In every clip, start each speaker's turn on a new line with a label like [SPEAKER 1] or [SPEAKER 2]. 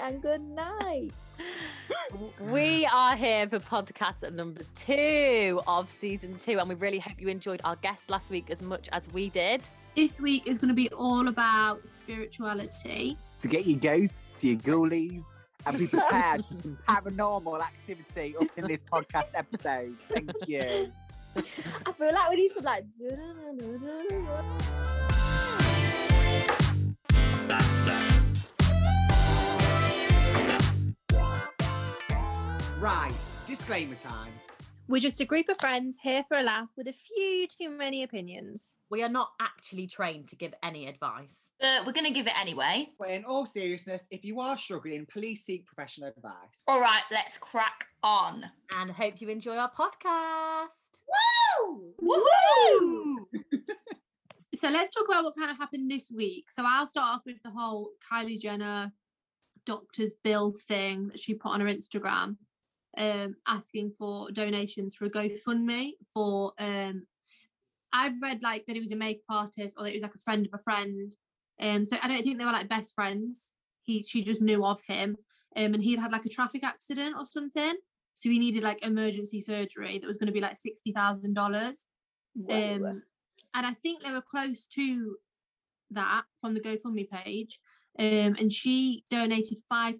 [SPEAKER 1] and good night.
[SPEAKER 2] We are here for podcast number two of season two, and we really hope you enjoyed our guests last week as much as we did.
[SPEAKER 3] This week is going to be all about spirituality.
[SPEAKER 4] So get your ghosts, your ghoulies, and be prepared for some paranormal activity up in this podcast episode. Thank you.
[SPEAKER 1] I feel like we need some like. doo-doo-doo-doo-doo.
[SPEAKER 4] Right, disclaimer time.
[SPEAKER 3] We're just a group of friends here for a laugh with a few too many opinions.
[SPEAKER 2] We are not actually trained to give any advice.
[SPEAKER 5] But we're going to give it anyway.
[SPEAKER 4] But in all seriousness, if you are struggling, please seek professional advice.
[SPEAKER 5] All right, let's crack on.
[SPEAKER 2] And hope you enjoy our podcast.
[SPEAKER 5] Woohoo!
[SPEAKER 3] So let's talk about what kind of happened this week. So I'll start off with the whole Kylie Jenner doctor's bill thing that she put on her Instagram, um, asking for donations for a GoFundMe for. Um, I've read like that it was a makeup artist or that it was like a friend of a friend. Um, so I don't think they were like best friends. He she just knew of him, um, and he'd had like a traffic accident or something. So he needed like emergency surgery that was going to be like sixty thousand dollars.
[SPEAKER 1] Whoa.
[SPEAKER 3] Um, and I think they were close to that from the GoFundMe page. Um, and she donated five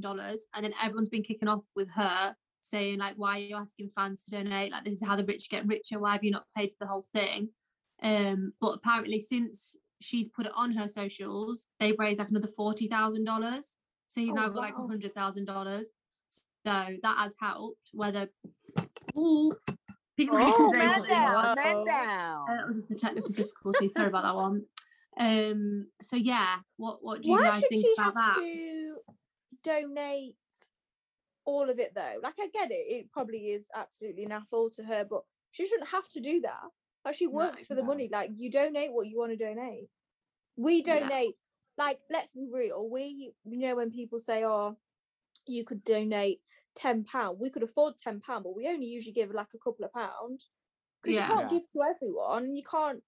[SPEAKER 3] dollars, and then everyone's been kicking off with her saying like, "Why are you asking fans to donate? Like, this is how the rich get richer. Why have you not paid for the whole thing?" Um, but apparently, since she's put it on her socials, they've raised like another forty thousand dollars. So he's
[SPEAKER 1] Oh,
[SPEAKER 3] now got like
[SPEAKER 1] wow.
[SPEAKER 3] a hundred thousand dollars. So that has helped. Whether Ooh, people can
[SPEAKER 4] Oh,
[SPEAKER 3] say
[SPEAKER 4] man
[SPEAKER 3] what they want.
[SPEAKER 4] down,
[SPEAKER 1] Whoa.
[SPEAKER 4] man down.
[SPEAKER 3] Uh, That was just a technical difficulty. Sorry about that one. Um. So yeah, what what do you
[SPEAKER 1] Why
[SPEAKER 3] guys
[SPEAKER 1] should
[SPEAKER 3] think
[SPEAKER 1] she
[SPEAKER 3] about
[SPEAKER 1] have
[SPEAKER 3] that?
[SPEAKER 1] to donate all of it though? Like I get it, it probably is absolutely naffle to her, but she shouldn't have to do that. Like she works for the
[SPEAKER 4] no.
[SPEAKER 1] money. Like you donate what you want to donate. We
[SPEAKER 3] Yeah.
[SPEAKER 1] donate. Like let's be real. We you know when people say, "Oh, you could donate ten pound," we could afford ten pound, but we only usually give like a couple of pound because
[SPEAKER 3] Yeah.
[SPEAKER 1] you can't
[SPEAKER 4] Yeah.
[SPEAKER 1] give to everyone. You can't.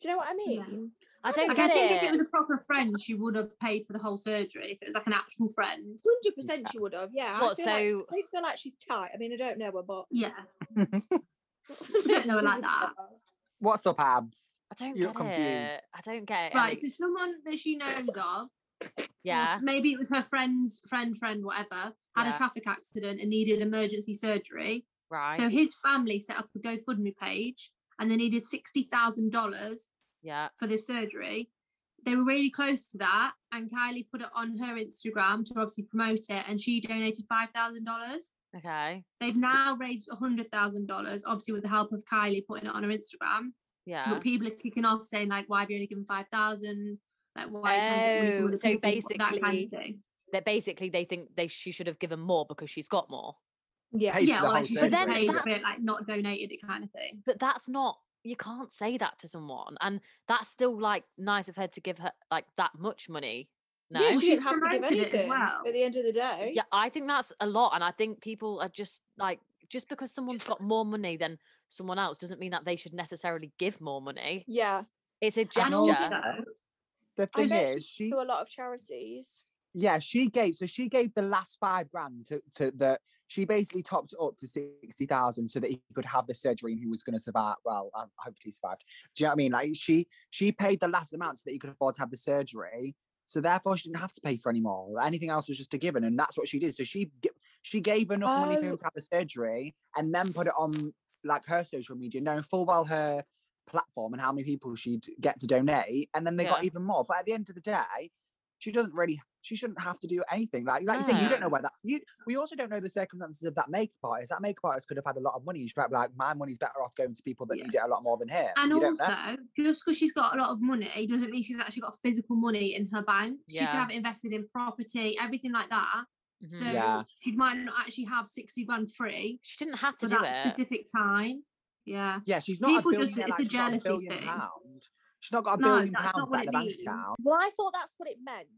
[SPEAKER 1] Do you know what I
[SPEAKER 3] Yeah.
[SPEAKER 1] mean?
[SPEAKER 2] I don't
[SPEAKER 3] Like, I
[SPEAKER 2] get
[SPEAKER 3] think
[SPEAKER 2] it.
[SPEAKER 3] if it was a proper friend, she would have paid for the whole surgery. If it was like an actual friend,
[SPEAKER 1] Hundred percent, she would have. Yeah. I
[SPEAKER 2] what,
[SPEAKER 1] feel like-
[SPEAKER 2] so
[SPEAKER 1] I don't feel like she's tight. I mean, I don't know her, but
[SPEAKER 3] yeah. I don't know her like that.
[SPEAKER 4] What's up, abs?
[SPEAKER 2] I don't
[SPEAKER 4] You're
[SPEAKER 2] get it.
[SPEAKER 4] confused.
[SPEAKER 2] I don't get it. Ellie.
[SPEAKER 3] Right. So someone that she knows of, or
[SPEAKER 2] yeah.
[SPEAKER 3] s- maybe it was her friend's friend, friend, whatever, had
[SPEAKER 2] Yeah.
[SPEAKER 3] a traffic accident and needed emergency surgery.
[SPEAKER 2] Right.
[SPEAKER 3] So his family set up a GoFundMe page, and they needed sixty thousand dollars
[SPEAKER 2] yeah.
[SPEAKER 3] for this surgery. They were really close to that, and Kylie put it on her Instagram to obviously promote it, and she donated five thousand dollars.
[SPEAKER 2] Okay.
[SPEAKER 3] They've now raised hundred thousand dollars, obviously with the help of Kylie putting it on her Instagram.
[SPEAKER 2] Yeah.
[SPEAKER 3] But people are kicking off saying like, "Why have you only given five thousand? Like, why?" are you
[SPEAKER 2] Oh,
[SPEAKER 3] trying to
[SPEAKER 2] so
[SPEAKER 3] get money from other people?" that kind
[SPEAKER 2] basically-
[SPEAKER 3] of thing.
[SPEAKER 2] That basically they think they she should have given more because she's got more.
[SPEAKER 1] yeah.
[SPEAKER 4] Paid for
[SPEAKER 3] yeah,
[SPEAKER 4] the
[SPEAKER 3] or like
[SPEAKER 4] whole
[SPEAKER 3] she
[SPEAKER 2] But
[SPEAKER 3] should
[SPEAKER 2] then
[SPEAKER 3] have
[SPEAKER 4] surgery.
[SPEAKER 3] paid for
[SPEAKER 2] that's-
[SPEAKER 3] it, like not donated it kind of thing.
[SPEAKER 2] But that's not you can't say that to someone. And that's still like nice of her to give her like that much money. No.
[SPEAKER 1] Yeah,
[SPEAKER 3] Well,
[SPEAKER 1] she
[SPEAKER 3] she's
[SPEAKER 1] didn't have to give
[SPEAKER 3] promoted it as
[SPEAKER 1] anything
[SPEAKER 3] well.
[SPEAKER 1] at the end of the day.
[SPEAKER 2] Yeah, I think that's a lot. And I think people are just like, just because someone's got more money than someone else doesn't mean that they should necessarily give more money.
[SPEAKER 1] Yeah.
[SPEAKER 2] It's a
[SPEAKER 3] And
[SPEAKER 2] gesture.
[SPEAKER 3] also,
[SPEAKER 4] The
[SPEAKER 1] I
[SPEAKER 4] thing
[SPEAKER 1] bet
[SPEAKER 4] is, she
[SPEAKER 1] To a lot of charities.
[SPEAKER 4] Yeah, she gave so she gave the last five grand to, to the she basically topped it up to sixty thousand so that he could have the surgery and he was gonna survive. Well, um, hopefully he survived. Do you know what I mean? Like she she paid the last amount so that he could afford to have the surgery. So therefore she didn't have to pay for any more. Anything else was just a given, and that's what she did. So she g- she gave enough money for
[SPEAKER 1] Oh.
[SPEAKER 4] him to have the surgery and then put it on like her social media, knowing full well her platform and how many people she'd get to donate, and then they got
[SPEAKER 2] Yeah.
[SPEAKER 4] even more. But at the end of the day, she doesn't really she shouldn't have to do anything. Like like you say, you don't know where that you we also don't know the circumstances of that makeup artist. That makeup artist could have had a lot of money. She might be like, my money's better off going to people that
[SPEAKER 3] Yeah.
[SPEAKER 4] need it a lot more than him.
[SPEAKER 3] and
[SPEAKER 4] you don't know.
[SPEAKER 3] also, just because she's got a lot of money doesn't mean she's actually got physical money in her bank. She could
[SPEAKER 2] Yeah.
[SPEAKER 3] have it invested in property, everything like that.
[SPEAKER 2] Mhm.
[SPEAKER 3] So
[SPEAKER 4] Mm-hmm. Yeah.
[SPEAKER 3] she might not actually have 60 grand free
[SPEAKER 2] she didn't have to
[SPEAKER 3] for
[SPEAKER 2] do
[SPEAKER 3] that
[SPEAKER 2] it.
[SPEAKER 3] specific time. Yeah.
[SPEAKER 4] yeah, she's not a
[SPEAKER 3] people just-
[SPEAKER 4] billionaire.
[SPEAKER 3] it's
[SPEAKER 4] like,
[SPEAKER 3] a
[SPEAKER 4] she's not a
[SPEAKER 3] jealousy
[SPEAKER 4] billion
[SPEAKER 3] thing.
[SPEAKER 4] pound. She's not got a
[SPEAKER 3] No,
[SPEAKER 4] billion
[SPEAKER 3] that's
[SPEAKER 4] pounds
[SPEAKER 3] not what
[SPEAKER 4] in
[SPEAKER 3] it
[SPEAKER 4] the bank
[SPEAKER 3] means.
[SPEAKER 4] account.
[SPEAKER 1] Well, I thought that's what it meant.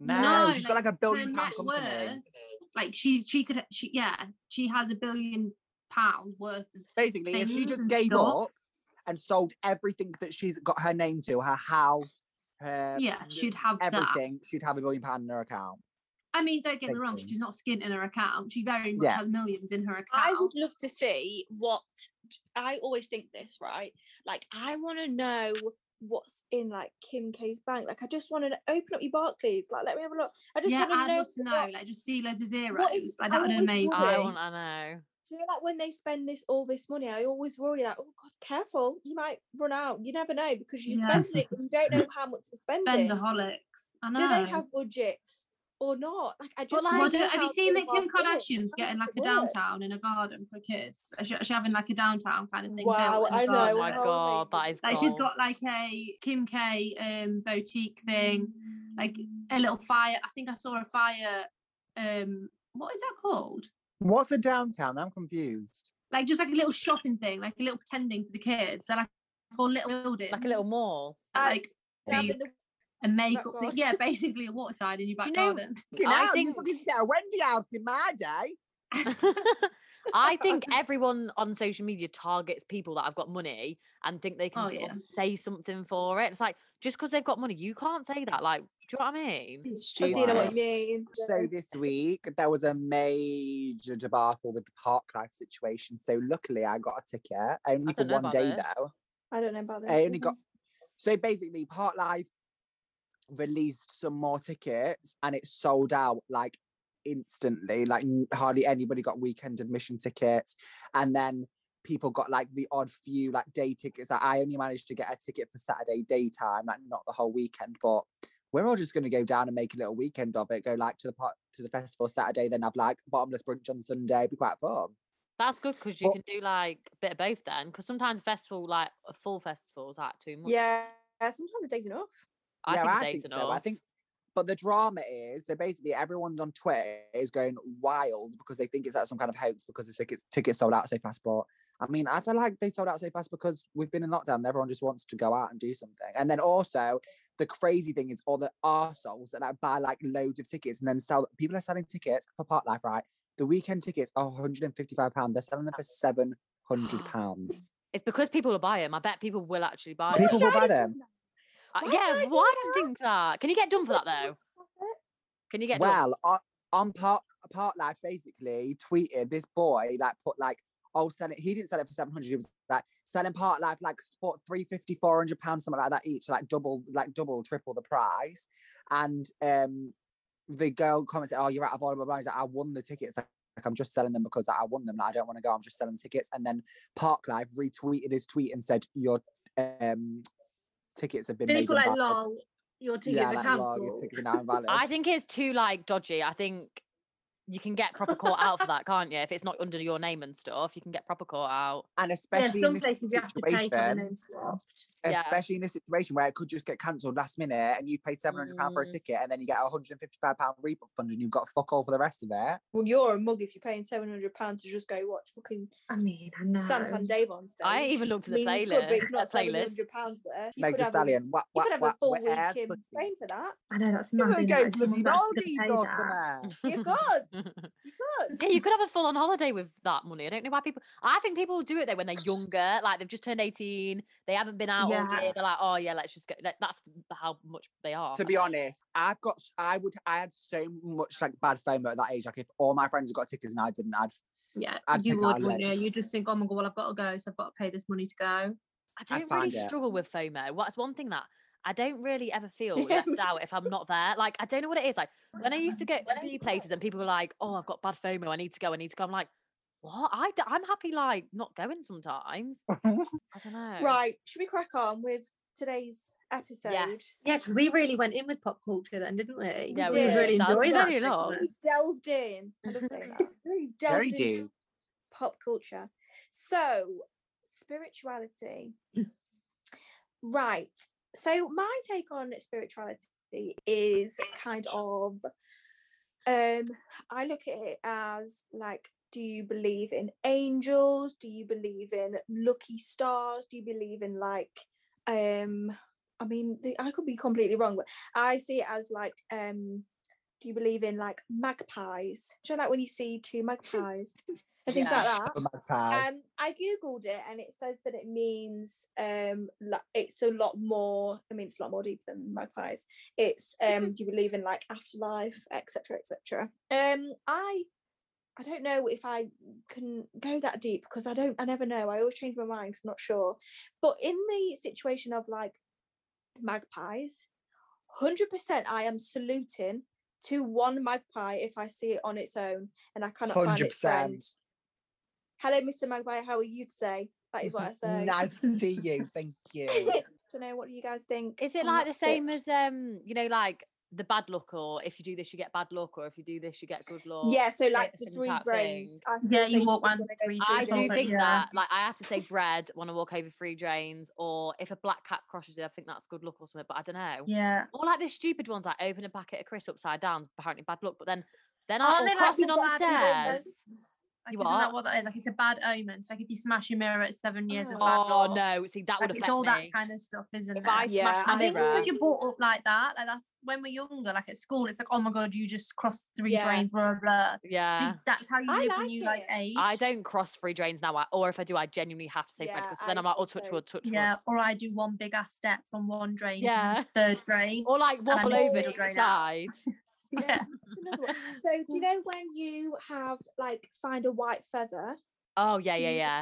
[SPEAKER 4] No,
[SPEAKER 3] No,
[SPEAKER 4] she's got
[SPEAKER 3] like,
[SPEAKER 4] like a billion
[SPEAKER 3] her
[SPEAKER 4] pound
[SPEAKER 3] net
[SPEAKER 4] company.
[SPEAKER 3] worth. Like she's she could she yeah, she has a billion pounds worth of
[SPEAKER 4] Basically, if she
[SPEAKER 3] things
[SPEAKER 4] just
[SPEAKER 3] and
[SPEAKER 4] gave
[SPEAKER 3] stuff.
[SPEAKER 4] up and sold everything that she's got her name to, her house, her
[SPEAKER 3] yeah, she'd have that.
[SPEAKER 4] everything, she'd have a billion pound in her account.
[SPEAKER 6] I mean, don't get me wrong,
[SPEAKER 4] Basically.
[SPEAKER 6] she's not skint in her account. She very much
[SPEAKER 4] Yeah.
[SPEAKER 6] has millions in her account.
[SPEAKER 1] I would love to see what I always think this, right? Like I want to know what's in like Kim K's bank. Like I just want to open up your Barclays. Like let me have a look. I just
[SPEAKER 6] yeah,
[SPEAKER 1] want
[SPEAKER 6] I'd
[SPEAKER 1] to know.
[SPEAKER 6] love to know,
[SPEAKER 1] what-
[SPEAKER 6] like just see loads of zeros.
[SPEAKER 1] if-
[SPEAKER 6] like
[SPEAKER 1] I
[SPEAKER 6] that would be
[SPEAKER 1] always
[SPEAKER 6] amazing.
[SPEAKER 1] wonder-
[SPEAKER 2] I
[SPEAKER 1] Sorry.
[SPEAKER 2] want to know.
[SPEAKER 1] Do you know, like when they spend this all this money, I always worry like, oh god, careful, you might run out. You never know because you're
[SPEAKER 6] Yeah.
[SPEAKER 1] spending it, but you don't know how much you're spending.
[SPEAKER 6] Bendaholics. I know.
[SPEAKER 1] Do they have budgets or not? Like I just
[SPEAKER 2] like,
[SPEAKER 1] wanna
[SPEAKER 6] Well, do-
[SPEAKER 1] know
[SPEAKER 6] have
[SPEAKER 1] how
[SPEAKER 6] you seen that
[SPEAKER 1] people
[SPEAKER 6] Kim
[SPEAKER 1] are feeling.
[SPEAKER 6] Kardashian's getting like a
[SPEAKER 1] work.
[SPEAKER 6] downtown in a garden for kids? Is She, is she having like a downtown kind of thing. built
[SPEAKER 1] Wow,
[SPEAKER 6] in a
[SPEAKER 1] I know. Oh.
[SPEAKER 2] Oh my
[SPEAKER 1] how
[SPEAKER 6] garden?
[SPEAKER 2] God, that
[SPEAKER 1] amazing.
[SPEAKER 2] is
[SPEAKER 6] Like she's
[SPEAKER 2] gold.
[SPEAKER 6] got like a Kim K um, boutique thing, like a little
[SPEAKER 1] Mm.
[SPEAKER 6] fire. I think I saw a fire. Um, what is that called?
[SPEAKER 4] What's a downtown? I'm confused.
[SPEAKER 6] Like just like a little shopping thing, like a little pretending for the kids. They're like all little buildings,
[SPEAKER 2] Like a little mall.
[SPEAKER 1] Uh,
[SPEAKER 6] like
[SPEAKER 1] Now
[SPEAKER 6] you-
[SPEAKER 1] in the-
[SPEAKER 6] a makeup thing.
[SPEAKER 1] garden.
[SPEAKER 6] Yeah, basically a water side in your
[SPEAKER 2] Do
[SPEAKER 6] back
[SPEAKER 2] you know-
[SPEAKER 6] garden.
[SPEAKER 4] Fucking
[SPEAKER 2] I
[SPEAKER 4] hell, you
[SPEAKER 2] think-
[SPEAKER 4] fucking get a Wendy house in my day.
[SPEAKER 2] I think everyone on social media targets people that have got money and think they can
[SPEAKER 6] Oh,
[SPEAKER 2] sort
[SPEAKER 6] yeah.
[SPEAKER 2] of say something for it. It's like just because they've got money, you can't say that. Like, do you know what I mean?
[SPEAKER 6] It's
[SPEAKER 1] I do know what
[SPEAKER 4] Wow.
[SPEAKER 1] you mean.
[SPEAKER 4] So this week there was a major debacle with the park life situation. So luckily I got a ticket
[SPEAKER 2] I
[SPEAKER 4] only for
[SPEAKER 2] don't know
[SPEAKER 4] one
[SPEAKER 2] about
[SPEAKER 4] day
[SPEAKER 2] this.
[SPEAKER 4] though.
[SPEAKER 1] I don't know about this.
[SPEAKER 4] I only got so basically Park Life released some more tickets and it sold out like instantly. Like n- hardly anybody got weekend admission tickets. And then people got like the odd few like day tickets. Like, I only managed to get a ticket for Saturday daytime, like not the whole weekend, but we're all just going to go down and make a little weekend of it. Go like to the park, to the festival Saturday, then have like bottomless brunch on Sunday. It'd be quite fun.
[SPEAKER 2] That's good because you
[SPEAKER 4] Well-
[SPEAKER 2] can do like a bit of both then. Because sometimes festival, like a full festival, is like too much.
[SPEAKER 1] Yeah, sometimes a day's enough.
[SPEAKER 2] I think a day's
[SPEAKER 4] so. I
[SPEAKER 2] enough.
[SPEAKER 4] think, but the drama is so basically everyone's on Twitter is going wild because they think it's like some kind of hoax because the tickets tickets sold out so fast. But I mean, I feel like they sold out so fast because we've been in lockdown and everyone just wants to go out and do something. And then also the crazy thing is all the arseholes that like buy like loads of tickets and then sell. People are selling tickets for part life, right? The weekend tickets are 155 pounds. They're selling them for 700 pounds.
[SPEAKER 2] It's because people will buy them. I bet people will actually
[SPEAKER 1] Why
[SPEAKER 2] buy them.
[SPEAKER 4] People
[SPEAKER 1] should
[SPEAKER 4] will
[SPEAKER 1] I
[SPEAKER 4] buy
[SPEAKER 1] do
[SPEAKER 4] them.
[SPEAKER 1] that?
[SPEAKER 2] Uh,
[SPEAKER 1] Why should I
[SPEAKER 2] yeah,
[SPEAKER 1] do
[SPEAKER 2] well, I don't
[SPEAKER 1] that?
[SPEAKER 2] think that. Can you get done for that
[SPEAKER 1] Why should I
[SPEAKER 2] though?
[SPEAKER 1] do that?
[SPEAKER 2] Can you get done?
[SPEAKER 4] Well, on, on part part life basically tweeted this boy like put like oh selling he didn't sell it for seven hundred he was like selling part life like four, 350 400 pounds something like that each like double like double triple the price and um the girl comments oh you're out of order blah, blah. blah." He's like I won the tickets like, I'm just selling them because I won them like, I don't want to go I'm just selling tickets and then Park Life retweeted his tweet and said your um tickets have been made
[SPEAKER 6] People like
[SPEAKER 4] invalid."
[SPEAKER 6] lol, your tickets
[SPEAKER 4] yeah,
[SPEAKER 6] are
[SPEAKER 4] like, "Lol, your
[SPEAKER 6] cancelled.
[SPEAKER 4] tickets are now invalid
[SPEAKER 2] I think it's too like dodgy. I think you can get proper caught out for that, can't you? If it's not under your name and stuff, you can get proper caught out.
[SPEAKER 4] and
[SPEAKER 6] Yeah,
[SPEAKER 4] especially in
[SPEAKER 6] some
[SPEAKER 4] this
[SPEAKER 6] places you have to pay for the
[SPEAKER 4] situation-
[SPEAKER 6] name swap.
[SPEAKER 2] Yeah.
[SPEAKER 4] especially in this situation where it could just get cancelled last minute and you paid seven hundred pound for a
[SPEAKER 2] Mm.
[SPEAKER 4] ticket and then you get a hundred and fifty five pound refund and you've got fuck all for the rest of it.
[SPEAKER 1] Well, you're a mug if you're paying seven hundred pounds to just go watch fucking
[SPEAKER 6] I mean, I
[SPEAKER 1] Santander on stage.
[SPEAKER 2] I even looked
[SPEAKER 1] I
[SPEAKER 2] at the
[SPEAKER 1] mean, it's good,
[SPEAKER 2] playlist.
[SPEAKER 1] but it's not
[SPEAKER 2] the
[SPEAKER 1] seven
[SPEAKER 2] playlist.
[SPEAKER 1] hundred pounds worth. You
[SPEAKER 4] Meg
[SPEAKER 1] could
[SPEAKER 4] Thee
[SPEAKER 1] have a,
[SPEAKER 4] Stallion,
[SPEAKER 1] you
[SPEAKER 4] what
[SPEAKER 1] could
[SPEAKER 4] what
[SPEAKER 1] have a
[SPEAKER 4] what
[SPEAKER 1] full
[SPEAKER 4] wet
[SPEAKER 1] week
[SPEAKER 4] ass
[SPEAKER 1] in
[SPEAKER 4] pussy.
[SPEAKER 1] Spain for that.
[SPEAKER 6] I know that's
[SPEAKER 4] You
[SPEAKER 6] mad.
[SPEAKER 4] could go bloody Maldives or somewhere.
[SPEAKER 1] You're good. You could.
[SPEAKER 2] yeah, you could have a full on holiday with that money. I don't know why people. I think people do it though when they're younger, like they've just turned eighteen, they haven't been out all year.
[SPEAKER 6] Yeah.
[SPEAKER 2] They're like, oh yeah, let's just go. Like, that's how much they are.
[SPEAKER 4] To be honest, I've got I would I had so much like bad FOMO at that age. Like if all my friends had got tickets and I didn't, I'd
[SPEAKER 6] Yeah,
[SPEAKER 4] I'd
[SPEAKER 6] you
[SPEAKER 4] pick
[SPEAKER 6] would,
[SPEAKER 4] Ireland.
[SPEAKER 6] wouldn't you? You just think, oh my god, well, I've got to go, so I've got to pay this money to go.
[SPEAKER 2] I
[SPEAKER 4] I
[SPEAKER 2] don't really
[SPEAKER 4] find it-
[SPEAKER 2] struggle with FOMO. What's one thing that I don't really ever feel
[SPEAKER 1] Yeah,
[SPEAKER 2] left
[SPEAKER 1] me
[SPEAKER 2] out if I'm not there. Like I don't know what it is. Like when I used to go to new places and people were like, "Oh, I've got bad FOMO. I need to go. I need to go." I'm like, "What? I d- I'm happy like not going sometimes. I don't know.
[SPEAKER 1] Right, should we crack on with today's episode?
[SPEAKER 2] Yes.
[SPEAKER 6] Yeah, because we really went in with pop culture then, didn't we?
[SPEAKER 2] Yeah,
[SPEAKER 1] we did.
[SPEAKER 6] really
[SPEAKER 2] That was
[SPEAKER 6] enjoyed that.
[SPEAKER 2] very long.
[SPEAKER 6] segment.
[SPEAKER 1] We delved in. I love saying that. Very delved
[SPEAKER 4] Very
[SPEAKER 1] into
[SPEAKER 4] do.
[SPEAKER 1] pop culture. So, spirituality. right. So, my take on spirituality is kind of um I look at it as like do you believe in angels? Do you believe in lucky stars? Do you believe in like um I mean, the, I could be completely wrong, but I see it as like um do you believe in like magpies? Do you know like when you see two magpies? and things
[SPEAKER 2] Yeah.
[SPEAKER 1] like that. Um, I googled it and it says that it means um, lo- it's a lot more. I mean, it's a lot more deep than magpies. It's um, do you believe in like afterlife, etc., etc. Um, I, I don't know if I can go that deep because I don't. I never know. I always change my mind. 'cause I'm not sure. But in the situation of like magpies, hundred percent, I am saluting to one magpie if I see it on its own and I cannot find
[SPEAKER 4] Hundred
[SPEAKER 1] its friend.
[SPEAKER 4] percent.
[SPEAKER 1] Hello, Mr. Magpie. How are you today? That is what I say.
[SPEAKER 4] Nice to see you. Thank you.
[SPEAKER 1] don't know. What do you guys think?
[SPEAKER 2] Is
[SPEAKER 1] on
[SPEAKER 2] it like the
[SPEAKER 1] that
[SPEAKER 2] same
[SPEAKER 1] sit?
[SPEAKER 2] as um, you know, like the bad luck, or if you do this, you get bad luck, or if you do this, you get good
[SPEAKER 3] Oh,
[SPEAKER 2] luck?
[SPEAKER 1] Yeah, so like the
[SPEAKER 2] same
[SPEAKER 1] three
[SPEAKER 2] type of
[SPEAKER 1] brains.
[SPEAKER 2] thing?
[SPEAKER 1] I
[SPEAKER 6] Yeah, you
[SPEAKER 1] feel so
[SPEAKER 6] walk
[SPEAKER 1] you're
[SPEAKER 6] round
[SPEAKER 1] gonna
[SPEAKER 6] three
[SPEAKER 1] go
[SPEAKER 2] I
[SPEAKER 6] Trees
[SPEAKER 2] do
[SPEAKER 6] over,
[SPEAKER 2] think
[SPEAKER 6] yeah.
[SPEAKER 2] that. Like, I have to say bread, want to walk over three drains, or if a black cat crosses you, I think that's good luck or something, but I don't know.
[SPEAKER 3] Yeah.
[SPEAKER 2] Or like the stupid ones, like open a packet of crisps upside down, apparently bad luck, but then then
[SPEAKER 3] Aren't
[SPEAKER 2] I or
[SPEAKER 3] they like
[SPEAKER 2] Oh, crossing
[SPEAKER 3] these
[SPEAKER 2] on the
[SPEAKER 3] ones that go
[SPEAKER 2] stairs.
[SPEAKER 3] Like,
[SPEAKER 2] You
[SPEAKER 3] isn't
[SPEAKER 2] are.
[SPEAKER 3] that what that is? Like it's a bad omen. So like if you smash your mirror, it's seven years of bad
[SPEAKER 2] Oh
[SPEAKER 3] luck.
[SPEAKER 2] no, see that would affect
[SPEAKER 3] Like, it's all
[SPEAKER 2] me.
[SPEAKER 3] that kind of stuff, isn't
[SPEAKER 2] if
[SPEAKER 3] it?
[SPEAKER 2] I
[SPEAKER 1] Yeah,
[SPEAKER 2] smash
[SPEAKER 3] I
[SPEAKER 2] my
[SPEAKER 3] think it's
[SPEAKER 2] mirror,
[SPEAKER 3] because you're brought up like that. Like that's when we're younger, like at school, it's like, oh my god, you just crossed three
[SPEAKER 1] Yeah.
[SPEAKER 3] drains, blah blah blah.
[SPEAKER 2] yeah.
[SPEAKER 3] So that's how you
[SPEAKER 1] I
[SPEAKER 3] live
[SPEAKER 1] like
[SPEAKER 3] when you like
[SPEAKER 1] it.
[SPEAKER 3] age.
[SPEAKER 2] I don't cross three drains now, I- or if I do, I genuinely have to say bread
[SPEAKER 1] Yeah,
[SPEAKER 2] because then
[SPEAKER 1] I
[SPEAKER 2] I'm like, oh,
[SPEAKER 1] think
[SPEAKER 2] touch
[SPEAKER 1] so.
[SPEAKER 2] wood, touch
[SPEAKER 3] Yeah,
[SPEAKER 2] wood.
[SPEAKER 3] or I do one big ass step from one drain
[SPEAKER 2] Yeah.
[SPEAKER 3] to the third drain.
[SPEAKER 2] Or like
[SPEAKER 3] I
[SPEAKER 2] wobble
[SPEAKER 3] miss the
[SPEAKER 2] over
[SPEAKER 3] middle
[SPEAKER 2] either
[SPEAKER 3] drain out.
[SPEAKER 2] side.
[SPEAKER 3] Yeah.
[SPEAKER 1] That's another one. So do you know when you have like find a white feather?
[SPEAKER 2] Oh, yeah,
[SPEAKER 1] Do
[SPEAKER 2] yeah,
[SPEAKER 1] you
[SPEAKER 2] yeah.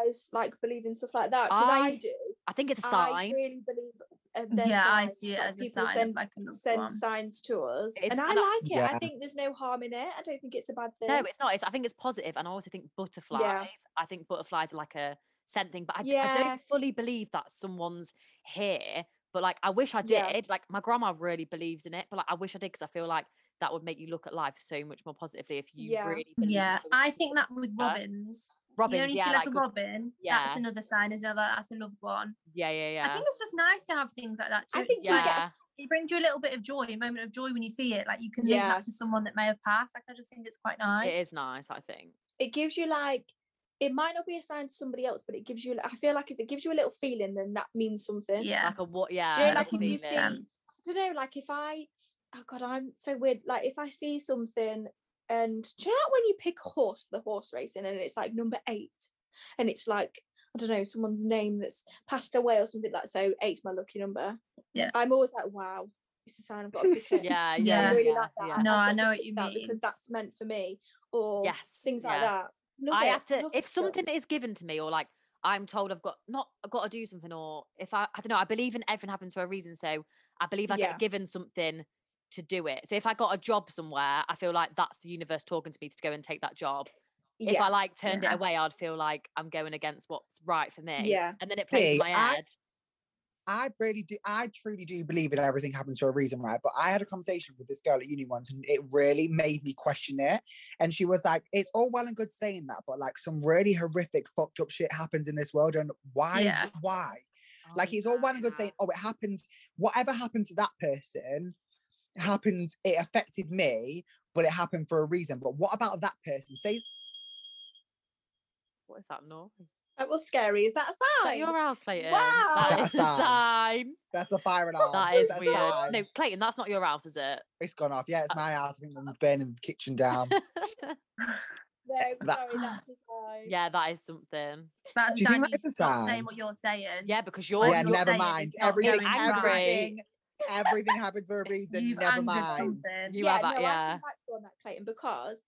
[SPEAKER 1] You guys like believe in stuff like that? Because I,
[SPEAKER 2] I-
[SPEAKER 1] do.
[SPEAKER 2] I think it's a
[SPEAKER 1] I
[SPEAKER 2] sign.
[SPEAKER 1] really believe. Uh, there's
[SPEAKER 3] Yeah, I
[SPEAKER 1] signs,
[SPEAKER 3] see it
[SPEAKER 1] like,
[SPEAKER 3] as a
[SPEAKER 1] people
[SPEAKER 3] sign. of,
[SPEAKER 1] send
[SPEAKER 3] like another
[SPEAKER 1] send
[SPEAKER 3] one.
[SPEAKER 1] signs to us,
[SPEAKER 2] It's-
[SPEAKER 1] and I
[SPEAKER 2] and I-
[SPEAKER 1] like it. I
[SPEAKER 4] Yeah.
[SPEAKER 1] think there's no harm in it. I don't think it's a bad thing.
[SPEAKER 2] No, it's not. It's, I think it's positive, and I also think butterflies. I think butterflies are like a scent thing, but I, I
[SPEAKER 1] Yeah.
[SPEAKER 2] don't fully believe that someone's here. But like, I wish I did.
[SPEAKER 1] Yeah.
[SPEAKER 2] Like, my grandma really believes in it, but like, I wish I did because I feel like that would make you look at life so much more positively if you
[SPEAKER 1] Yeah.
[SPEAKER 2] really believe.
[SPEAKER 3] Yeah,
[SPEAKER 2] so
[SPEAKER 3] I
[SPEAKER 2] much
[SPEAKER 3] think that with
[SPEAKER 2] that.
[SPEAKER 3] robins,
[SPEAKER 2] Robins,
[SPEAKER 3] you only
[SPEAKER 2] yeah,
[SPEAKER 3] see
[SPEAKER 2] like
[SPEAKER 3] like, a
[SPEAKER 2] good-
[SPEAKER 3] robin.
[SPEAKER 2] yeah.
[SPEAKER 3] That's another sign, isn't it? That- That's a loved one.
[SPEAKER 2] yeah, yeah, yeah.
[SPEAKER 3] I think it's just nice to have things like that too.
[SPEAKER 1] I think you
[SPEAKER 2] Yeah.
[SPEAKER 1] get
[SPEAKER 3] it brings you a little bit of joy, a moment of joy when you see it. Like you can link
[SPEAKER 1] Yeah.
[SPEAKER 3] that to someone that may have passed. Like I just think it's quite nice.
[SPEAKER 2] it is nice. I think.
[SPEAKER 1] it gives you like it might not be assigned to somebody else, but it gives you. I feel like if it gives you a little feeling, then that means something.
[SPEAKER 3] Yeah.
[SPEAKER 2] Like a what? Yeah.
[SPEAKER 1] Do you know,
[SPEAKER 3] I
[SPEAKER 1] like if
[SPEAKER 3] can
[SPEAKER 1] you
[SPEAKER 3] believe it.
[SPEAKER 1] see, do you know, like if I, oh god, I'm so weird. Like if I see something, and do you know like when you pick a horse for the horse racing, and it's like number eight, and it's like I don't know someone's name that's passed away or something like so eight's my lucky number.
[SPEAKER 3] Yeah.
[SPEAKER 1] I'm always like, wow, it's a sign I've got to pick it.
[SPEAKER 2] yeah, yeah,
[SPEAKER 3] Yeah.
[SPEAKER 1] I
[SPEAKER 2] yeah,
[SPEAKER 1] really
[SPEAKER 2] yeah,
[SPEAKER 1] like that.
[SPEAKER 2] yeah.
[SPEAKER 1] I've
[SPEAKER 3] No,
[SPEAKER 1] got
[SPEAKER 3] I
[SPEAKER 1] to
[SPEAKER 3] know what
[SPEAKER 1] pick
[SPEAKER 3] you
[SPEAKER 1] that
[SPEAKER 3] mean.
[SPEAKER 1] because that's meant for me, or
[SPEAKER 2] Yes,
[SPEAKER 1] things like
[SPEAKER 2] yeah.
[SPEAKER 1] that. Love
[SPEAKER 2] I
[SPEAKER 1] it,
[SPEAKER 2] have to
[SPEAKER 1] love
[SPEAKER 2] if
[SPEAKER 1] it.
[SPEAKER 2] something is given to me or like I'm told I've got not I've got to do something or if I I don't know I believe in everything happens for a reason so I believe I
[SPEAKER 1] Yeah.
[SPEAKER 2] get given something to do it. So if I got a job somewhere, I feel like that's the universe talking to me to go and take that job. If I like turned
[SPEAKER 3] Yeah.
[SPEAKER 2] it away, I'd feel like I'm going against what's right for me.
[SPEAKER 1] Yeah.
[SPEAKER 2] And then it plays in
[SPEAKER 4] See,
[SPEAKER 2] my
[SPEAKER 4] I-
[SPEAKER 2] head.
[SPEAKER 4] I really do. I truly do believe that everything happens for a reason, right? But I had a conversation with this girl at uni once, and it really made me question it. And she was like, "It's all well and good saying that, but like some really horrific, fucked up shit happens in this world, and why?
[SPEAKER 3] Yeah.
[SPEAKER 4] Why?
[SPEAKER 2] Oh,
[SPEAKER 4] Like it's all well and good
[SPEAKER 2] yeah.
[SPEAKER 4] saying, oh, it happened. Whatever happened to that person happened. It affected me, but it happened for a reason. But what about that person? Say
[SPEAKER 2] What is that noise? Is
[SPEAKER 1] That was scary. Is that a
[SPEAKER 2] that
[SPEAKER 1] sign?
[SPEAKER 2] your house, Clayton?
[SPEAKER 1] Wow.
[SPEAKER 2] That
[SPEAKER 4] Is
[SPEAKER 2] is
[SPEAKER 4] that a
[SPEAKER 2] a
[SPEAKER 4] sign?
[SPEAKER 2] sign.
[SPEAKER 4] that's a fire alarm.
[SPEAKER 2] That is
[SPEAKER 4] That's a
[SPEAKER 2] weird. uh
[SPEAKER 4] sign.
[SPEAKER 2] No, Clayton, that's not your house, is it?
[SPEAKER 4] It's gone off. Yeah, it's my house. I think mum's burning the kitchen down.
[SPEAKER 1] no,
[SPEAKER 4] that-
[SPEAKER 1] sorry, that's a sign.
[SPEAKER 2] yeah, that is something.
[SPEAKER 3] That's
[SPEAKER 4] Do you
[SPEAKER 3] a sign
[SPEAKER 4] think
[SPEAKER 3] that
[SPEAKER 4] that is a
[SPEAKER 3] you're not
[SPEAKER 4] sign?
[SPEAKER 3] saying what you're saying.
[SPEAKER 2] Yeah, because
[SPEAKER 3] Oh,
[SPEAKER 2] you're
[SPEAKER 4] yeah,
[SPEAKER 3] you're
[SPEAKER 4] never
[SPEAKER 3] saying it's
[SPEAKER 4] mind.
[SPEAKER 3] not
[SPEAKER 4] Everything,
[SPEAKER 3] going right.
[SPEAKER 4] everything, everything happens for a reason.
[SPEAKER 3] You've
[SPEAKER 4] never
[SPEAKER 3] angered
[SPEAKER 4] mind.
[SPEAKER 3] something.
[SPEAKER 2] you have that,
[SPEAKER 1] I
[SPEAKER 2] yeah.
[SPEAKER 1] can back you on that, Clayton, because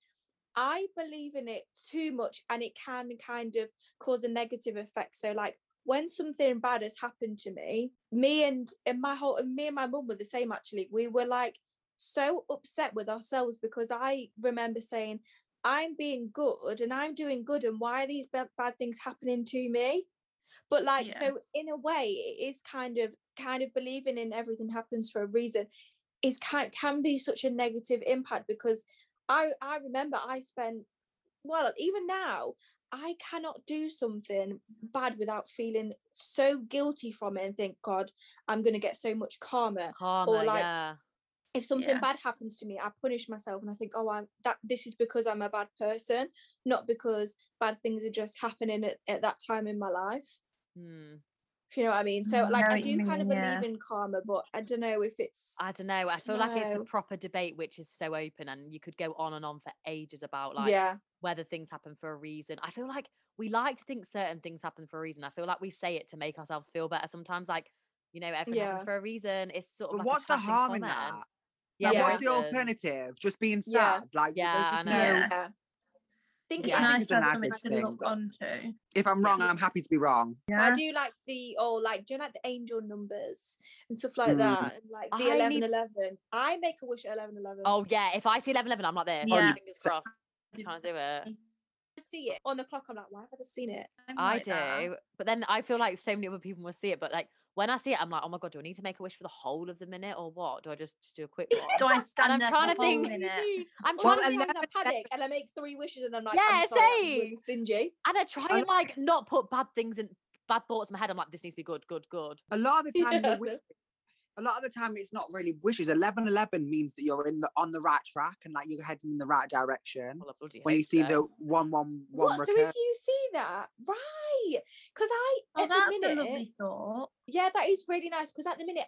[SPEAKER 1] I believe in it too much and it can kind of cause a negative effect. So, like, when something bad has happened to me, me and, and my whole, and me and my mum were the same actually. We were like so upset with ourselves because I remember saying, I'm being good and I'm doing good, and why are these bad, bad things happening to me? But like,
[SPEAKER 3] Yeah.
[SPEAKER 1] so in a way, it is kind of kind of believing in everything happens for a reason is can can be such a negative impact because I I remember I spent well even now I cannot do something bad without feeling so guilty from it and think God I'm gonna get so much karma.
[SPEAKER 2] Karma,
[SPEAKER 1] like,
[SPEAKER 2] yeah.
[SPEAKER 1] If something
[SPEAKER 3] Yeah.
[SPEAKER 1] bad happens to me, I punish myself and I think oh I'm that this is because I'm a bad person, not because bad things are just happening at, at that time in my life.
[SPEAKER 2] Hmm.
[SPEAKER 1] Do you know what I mean? So
[SPEAKER 3] Mm,
[SPEAKER 1] like
[SPEAKER 3] know
[SPEAKER 1] I
[SPEAKER 3] what you
[SPEAKER 1] do kind of
[SPEAKER 3] mean,
[SPEAKER 1] believe
[SPEAKER 3] yeah.
[SPEAKER 1] in karma, but I don't know if it's
[SPEAKER 2] I don't know. I feel like it's a
[SPEAKER 1] No.
[SPEAKER 2] proper debate which is so open and you could go on and on for ages about like
[SPEAKER 1] yeah.
[SPEAKER 2] whether things happen for a reason. I feel like we like to think certain things happen for a reason. I feel like we say it to make ourselves feel better. Sometimes like, you know, everything happens
[SPEAKER 1] Yeah.
[SPEAKER 2] for a reason. It's sort of
[SPEAKER 4] But
[SPEAKER 2] like a
[SPEAKER 4] what's the
[SPEAKER 2] passing
[SPEAKER 4] harm in
[SPEAKER 2] comment.
[SPEAKER 4] that?
[SPEAKER 2] Yeah,
[SPEAKER 4] Like,
[SPEAKER 1] there
[SPEAKER 4] what's the
[SPEAKER 2] isn't.
[SPEAKER 4] alternative? Just being
[SPEAKER 1] Yeah.
[SPEAKER 4] sad. Like,
[SPEAKER 2] Yeah,
[SPEAKER 4] there's
[SPEAKER 2] I
[SPEAKER 4] just
[SPEAKER 2] know.
[SPEAKER 4] no.
[SPEAKER 1] Yeah.
[SPEAKER 3] Yeah.
[SPEAKER 1] think
[SPEAKER 3] It's
[SPEAKER 4] Yeah, I
[SPEAKER 1] like
[SPEAKER 4] think
[SPEAKER 3] nice
[SPEAKER 4] it's a
[SPEAKER 3] to have
[SPEAKER 4] nice
[SPEAKER 3] something
[SPEAKER 4] way to
[SPEAKER 3] I can
[SPEAKER 4] think.
[SPEAKER 3] look onto.
[SPEAKER 4] If I'm wrong, I'm happy to be wrong.
[SPEAKER 1] I
[SPEAKER 3] Yeah.
[SPEAKER 1] do like the oh like do you know like the angel numbers and stuff like
[SPEAKER 4] Mm.
[SPEAKER 1] that and like the
[SPEAKER 2] I
[SPEAKER 1] eleven
[SPEAKER 2] need s-
[SPEAKER 1] eleven. I make a wish at eleven eleven.
[SPEAKER 2] Oh yeah, if I see 11 11, I'm like this.
[SPEAKER 3] Yeah.
[SPEAKER 2] Fingers crossed. Can't do it.
[SPEAKER 1] I see it on the clock. I'm like, why have I just seen it?
[SPEAKER 3] I'm
[SPEAKER 2] I
[SPEAKER 3] like that.
[SPEAKER 2] do. But then I feel like so many other people will see it. But like when I see it, I'm like, oh my God, do I need to make a wish for the whole of the minute or what? Do I just, just do a quick one?
[SPEAKER 3] So I stand
[SPEAKER 2] I'm
[SPEAKER 3] there
[SPEAKER 2] trying
[SPEAKER 3] for
[SPEAKER 2] to
[SPEAKER 3] the whole
[SPEAKER 1] oh,
[SPEAKER 2] think-
[SPEAKER 3] minute.
[SPEAKER 2] I'm
[SPEAKER 1] Or
[SPEAKER 4] Well,
[SPEAKER 2] trying to
[SPEAKER 1] sometimes
[SPEAKER 4] eleven
[SPEAKER 1] I panic and I make three wishes and I'm like,
[SPEAKER 2] Yeah,
[SPEAKER 1] I'm sorry, I'm really
[SPEAKER 2] same.
[SPEAKER 1] stingy.
[SPEAKER 2] and I try and like not put bad things in bad thoughts in my head. I'm like, this needs to be good, good, good.
[SPEAKER 4] A lot of the time,
[SPEAKER 1] Yeah.
[SPEAKER 4] the wi- a lot of the time, it's not really wishes. Eleven eleven means that you're in the on the right track and like you're heading in the right direction.
[SPEAKER 2] Well, I bloody
[SPEAKER 4] When you
[SPEAKER 2] hope
[SPEAKER 4] see
[SPEAKER 2] so.
[SPEAKER 4] the one one one
[SPEAKER 1] What? So
[SPEAKER 4] recur,
[SPEAKER 1] if you see that, right? Because I
[SPEAKER 3] Oh,
[SPEAKER 1] at
[SPEAKER 3] that's
[SPEAKER 1] the minute,
[SPEAKER 3] a lovely thought.
[SPEAKER 1] yeah, that is really nice. Because at the minute,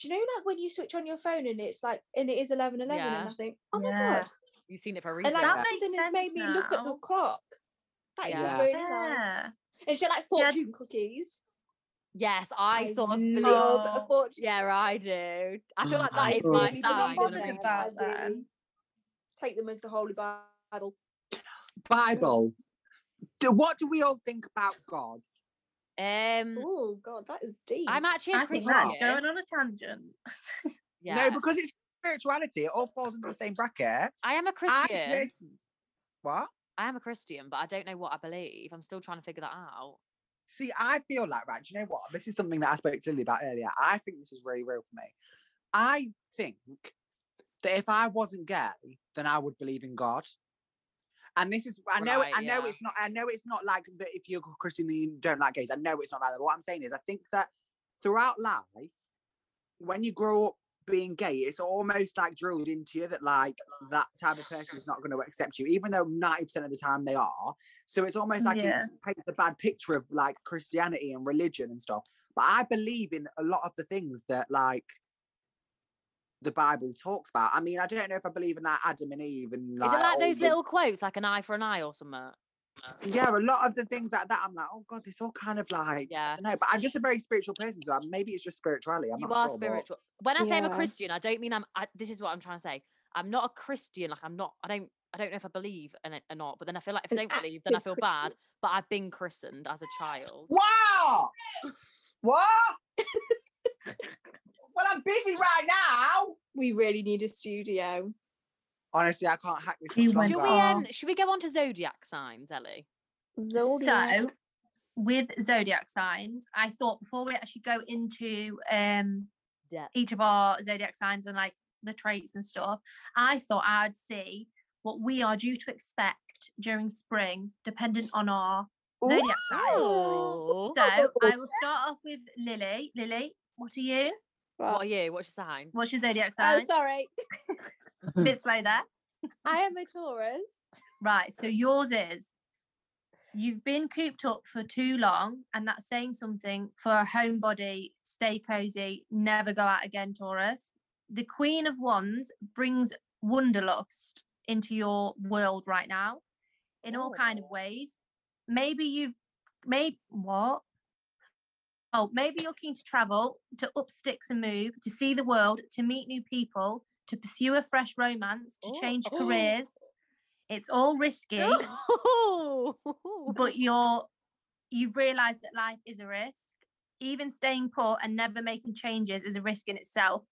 [SPEAKER 1] do you know like when you switch on your phone and it's like and it is eleven eleven, and
[SPEAKER 2] Yeah.
[SPEAKER 1] I think, oh my
[SPEAKER 3] Yeah.
[SPEAKER 1] god,
[SPEAKER 2] You've seen it for a reason.
[SPEAKER 1] and like
[SPEAKER 3] That makes
[SPEAKER 1] something has made me
[SPEAKER 3] sense
[SPEAKER 1] look at the
[SPEAKER 3] now.
[SPEAKER 1] clock. That is
[SPEAKER 2] Yeah.
[SPEAKER 1] really nice.
[SPEAKER 3] Yeah.
[SPEAKER 1] And she like
[SPEAKER 3] See, I-
[SPEAKER 1] fortune cookies.
[SPEAKER 2] yes, I, sort of believe.
[SPEAKER 1] love a
[SPEAKER 3] Oh,
[SPEAKER 1] fortune.
[SPEAKER 2] Yeah, I do. I feel like
[SPEAKER 4] I
[SPEAKER 2] that is
[SPEAKER 4] love
[SPEAKER 2] my
[SPEAKER 4] it.
[SPEAKER 1] Even on
[SPEAKER 2] sign.
[SPEAKER 3] bothered
[SPEAKER 2] when I
[SPEAKER 1] Monday,
[SPEAKER 2] think
[SPEAKER 3] about
[SPEAKER 2] it.
[SPEAKER 1] I
[SPEAKER 3] them.
[SPEAKER 1] really Take them as the holy bible.
[SPEAKER 4] Bible. Do, what do we all think about God?
[SPEAKER 3] Mm.
[SPEAKER 2] Um,
[SPEAKER 1] Oh God, that is deep.
[SPEAKER 2] I'm actually a
[SPEAKER 3] I think that's
[SPEAKER 2] Christian.
[SPEAKER 3] going on a tangent.
[SPEAKER 2] yeah,
[SPEAKER 4] No, because it's spirituality. It all falls into the same bracket.
[SPEAKER 2] I am a
[SPEAKER 4] I-
[SPEAKER 2] Christian.
[SPEAKER 4] yes- What?
[SPEAKER 2] I am a Christian, but I don't know what I believe. I'm still trying to figure that out.
[SPEAKER 4] See, I feel like, right, do you know what? This is something that I spoke to Lily about earlier. I think this is really real for me. I think that if I wasn't gay, then I would believe in God. And this is I know
[SPEAKER 2] Right,
[SPEAKER 4] I know
[SPEAKER 2] yeah.
[SPEAKER 4] it's not I know it's not like that if you're a Christian and you don't like gays. I know it's not like that. But what I'm saying is I think that throughout life, when you grow up being gay, it's almost like drilled into you that like that type of person is not going to accept you, even though 90% of the time they are. So it's almost like
[SPEAKER 3] Yeah.
[SPEAKER 4] it paints a bad picture of like Christianity and religion and stuff. But I believe in a lot of the things that like the Bible talks about. I mean, I don't know if I believe in like Adam and Eve and like
[SPEAKER 2] is it like
[SPEAKER 4] all
[SPEAKER 2] those
[SPEAKER 4] the-
[SPEAKER 2] little quotes, like an eye for an eye or something? Uh,
[SPEAKER 4] yeah, a lot of the things like that. I'm like, oh god, this all kind of like
[SPEAKER 2] Yeah.
[SPEAKER 4] I don't know. But I'm just a very spiritual person, so I'm- maybe it's just spirituality. I'm
[SPEAKER 2] you
[SPEAKER 4] not
[SPEAKER 2] are
[SPEAKER 4] sure. but-
[SPEAKER 2] spiritual. When I say I'm a
[SPEAKER 1] Yeah.
[SPEAKER 2] Christian, I don't mean I'm. I, this is what I'm trying to say. I'm not a Christian. Like I'm not. I don't. I don't know if I believe in it or not. But then I feel like if I
[SPEAKER 1] An
[SPEAKER 2] don't believe, then I
[SPEAKER 1] active
[SPEAKER 2] feel bad.
[SPEAKER 1] Christian.
[SPEAKER 2] But I've been christened as a child.
[SPEAKER 4] Oh Wow. what? well, I'm busy right now.
[SPEAKER 1] We really need a studio.
[SPEAKER 4] Honestly, I can't hack this
[SPEAKER 3] He
[SPEAKER 4] much
[SPEAKER 3] went
[SPEAKER 2] Should
[SPEAKER 4] longer.
[SPEAKER 2] we?
[SPEAKER 3] Wow.
[SPEAKER 2] Um. Should we go on to zodiac signs, Ellie?
[SPEAKER 1] Zodiac.
[SPEAKER 3] So, with zodiac signs, I thought before we actually go into um
[SPEAKER 2] Yeah.
[SPEAKER 3] each of our zodiac signs and like the traits and stuff, I thought I'd see what we are due to expect during spring, dependent on our zodiac sign.
[SPEAKER 2] Oh.
[SPEAKER 3] So, I will start off with Lily. Lily, what are you?
[SPEAKER 2] What
[SPEAKER 1] Well,
[SPEAKER 2] are you? What's your sign?
[SPEAKER 3] What's your zodiac
[SPEAKER 1] oh,
[SPEAKER 3] sign?
[SPEAKER 1] sorry.
[SPEAKER 3] Bit slow there.
[SPEAKER 1] I am a Taurus.
[SPEAKER 3] Right. So yours is you've been cooped up for too long, and that's saying something for a homebody, stay cozy, never go out again, Taurus. The Queen of Wands brings wanderlust into your world right now in all kind of
[SPEAKER 2] Oh.
[SPEAKER 3] ways. Maybe you've maybe what? Oh, maybe you're keen to travel, to up sticks and move, to see the world, to meet new people, to pursue a fresh romance, to
[SPEAKER 2] Oh,
[SPEAKER 3] change
[SPEAKER 2] oh.
[SPEAKER 3] careers. It's all risky but you're you've realized that life is a risk even staying put and never making changes is a risk in itself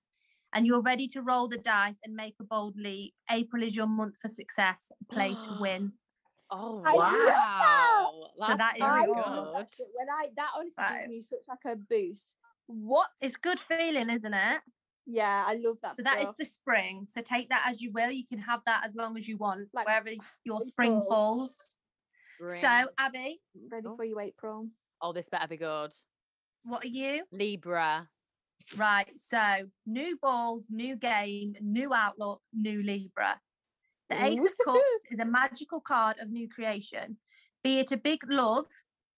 [SPEAKER 3] and you're ready to roll the dice and make a bold leap april is your month for success play to win
[SPEAKER 2] oh
[SPEAKER 1] I love that.
[SPEAKER 2] wow. That's
[SPEAKER 3] that is
[SPEAKER 2] very
[SPEAKER 1] I
[SPEAKER 3] really
[SPEAKER 1] love
[SPEAKER 2] good.
[SPEAKER 1] that shit. when I that honestly
[SPEAKER 3] So-
[SPEAKER 1] gives me such like a boost. What?
[SPEAKER 3] it's good feeling isn't it
[SPEAKER 1] yeah, I love that.
[SPEAKER 3] so that is
[SPEAKER 1] stuff.
[SPEAKER 3] for spring so take that as you will you can have that as long as you want
[SPEAKER 1] Like,
[SPEAKER 3] wherever your spring
[SPEAKER 1] April.
[SPEAKER 3] falls so
[SPEAKER 2] Brilliant.
[SPEAKER 3] abby
[SPEAKER 1] ready
[SPEAKER 2] Oh.
[SPEAKER 1] for you, April.
[SPEAKER 2] oh, this better be good.
[SPEAKER 3] what are you
[SPEAKER 2] Libra.
[SPEAKER 3] Right. So new balls, new game, new outlook, new Libra. The Ace of Cups is a magical card of new creation, be it a big love,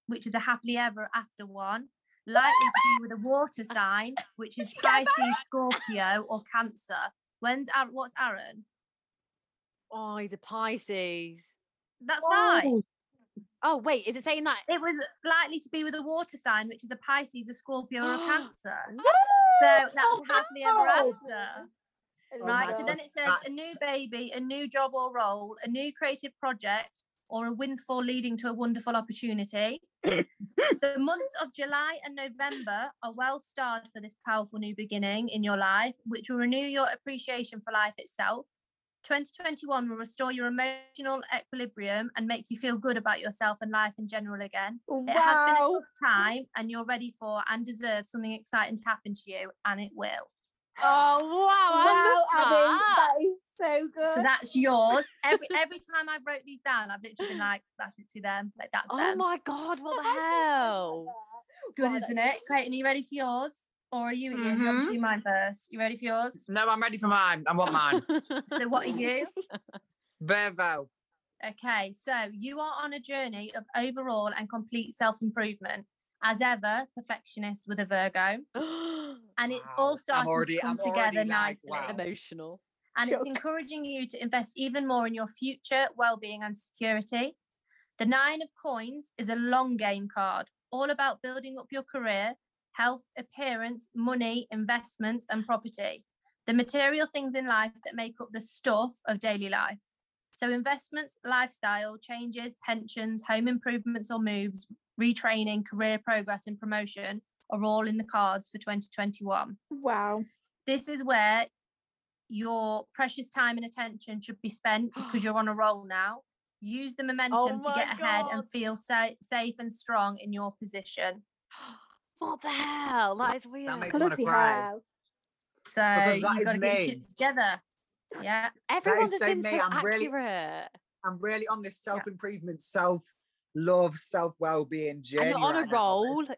[SPEAKER 3] which is a happily ever after one, likely to be with a water sign, which is Pisces, Scorpio, or Cancer. When's Aaron? What's Aaron?
[SPEAKER 2] Oh, he's a Pisces.
[SPEAKER 3] That's right.
[SPEAKER 2] Oh, wait, is it saying that?
[SPEAKER 3] It was likely to be with a water sign, which is a Pisces, a Scorpio, or a Cancer. So that's happily ever after.
[SPEAKER 2] Oh
[SPEAKER 3] right.
[SPEAKER 2] my
[SPEAKER 3] So then it says a
[SPEAKER 4] That's-
[SPEAKER 3] new baby, a new job or role, a new creative project, or a windfall leading to a wonderful opportunity. the months of July and November are well starred for this powerful new beginning in your life, which will renew your appreciation for life itself. 2021 will restore your emotional equilibrium and make you feel good about yourself and life in general again. It has been a
[SPEAKER 1] Wow.
[SPEAKER 3] tough time, and you're ready for and deserve something exciting to happen to you, and it will.
[SPEAKER 2] Oh, wow. I
[SPEAKER 1] Wow,
[SPEAKER 2] love
[SPEAKER 1] Abby,
[SPEAKER 2] that.
[SPEAKER 1] that is so
[SPEAKER 3] So
[SPEAKER 1] good.
[SPEAKER 3] that's yours. Every every time I wrote these down, I've literally been like, "That's it to them. Like that's
[SPEAKER 2] Oh,
[SPEAKER 3] them.
[SPEAKER 2] my God. What the
[SPEAKER 1] I love
[SPEAKER 2] hell?
[SPEAKER 1] that.
[SPEAKER 3] Good,
[SPEAKER 1] Wow, that
[SPEAKER 3] isn't
[SPEAKER 1] is
[SPEAKER 3] it, Clayton? Are you ready for yours, or are you? Ian? You want to
[SPEAKER 4] Mm-hmm.
[SPEAKER 3] do mine first? You ready for yours?
[SPEAKER 4] No, I'm ready for mine. I want mine.
[SPEAKER 3] So what are you?
[SPEAKER 4] Virgo.
[SPEAKER 3] Okay, so you are on a journey of overall and complete self improvement. As ever, perfectionist with a Virgo, and it's
[SPEAKER 4] Wow,
[SPEAKER 3] all
[SPEAKER 4] I'm
[SPEAKER 3] starting
[SPEAKER 4] already-
[SPEAKER 3] to come
[SPEAKER 4] I'm already like,
[SPEAKER 3] together nicely.
[SPEAKER 4] wow.
[SPEAKER 2] Emotional.
[SPEAKER 3] and it's
[SPEAKER 1] Shook.
[SPEAKER 3] encouraging you to invest even more in your future well-being and security. The nine of coins is a long game card, all about building up your career, health, appearance, money, investments, and property. The material things in life that make up the stuff of daily life. So, investments, lifestyle changes, pensions, home improvements or moves, retraining, career progress, and promotion are all in the cards for 2021
[SPEAKER 1] Wow.
[SPEAKER 3] this is where your precious time and attention should be spent because you're on a roll now. Use
[SPEAKER 4] Oh
[SPEAKER 3] the momentum to
[SPEAKER 2] my
[SPEAKER 3] get ahead and
[SPEAKER 2] God.
[SPEAKER 3] feel sa- safe and strong in your position.
[SPEAKER 2] What the hell? That is weird.
[SPEAKER 4] makes- I wanna
[SPEAKER 1] Bloody
[SPEAKER 4] cry.
[SPEAKER 1] hell.
[SPEAKER 3] So
[SPEAKER 4] that
[SPEAKER 3] you've
[SPEAKER 4] is
[SPEAKER 3] got to get your
[SPEAKER 4] me.
[SPEAKER 3] shit together. Yeah.
[SPEAKER 2] Everyone
[SPEAKER 4] is
[SPEAKER 2] has
[SPEAKER 4] so
[SPEAKER 2] been
[SPEAKER 4] me,
[SPEAKER 2] so
[SPEAKER 4] I'm really-
[SPEAKER 2] accurate.
[SPEAKER 4] I'm really on this self improvement, self love, self well being journey.
[SPEAKER 2] and you're on
[SPEAKER 4] right
[SPEAKER 2] a
[SPEAKER 4] now.
[SPEAKER 2] roll.
[SPEAKER 4] It's-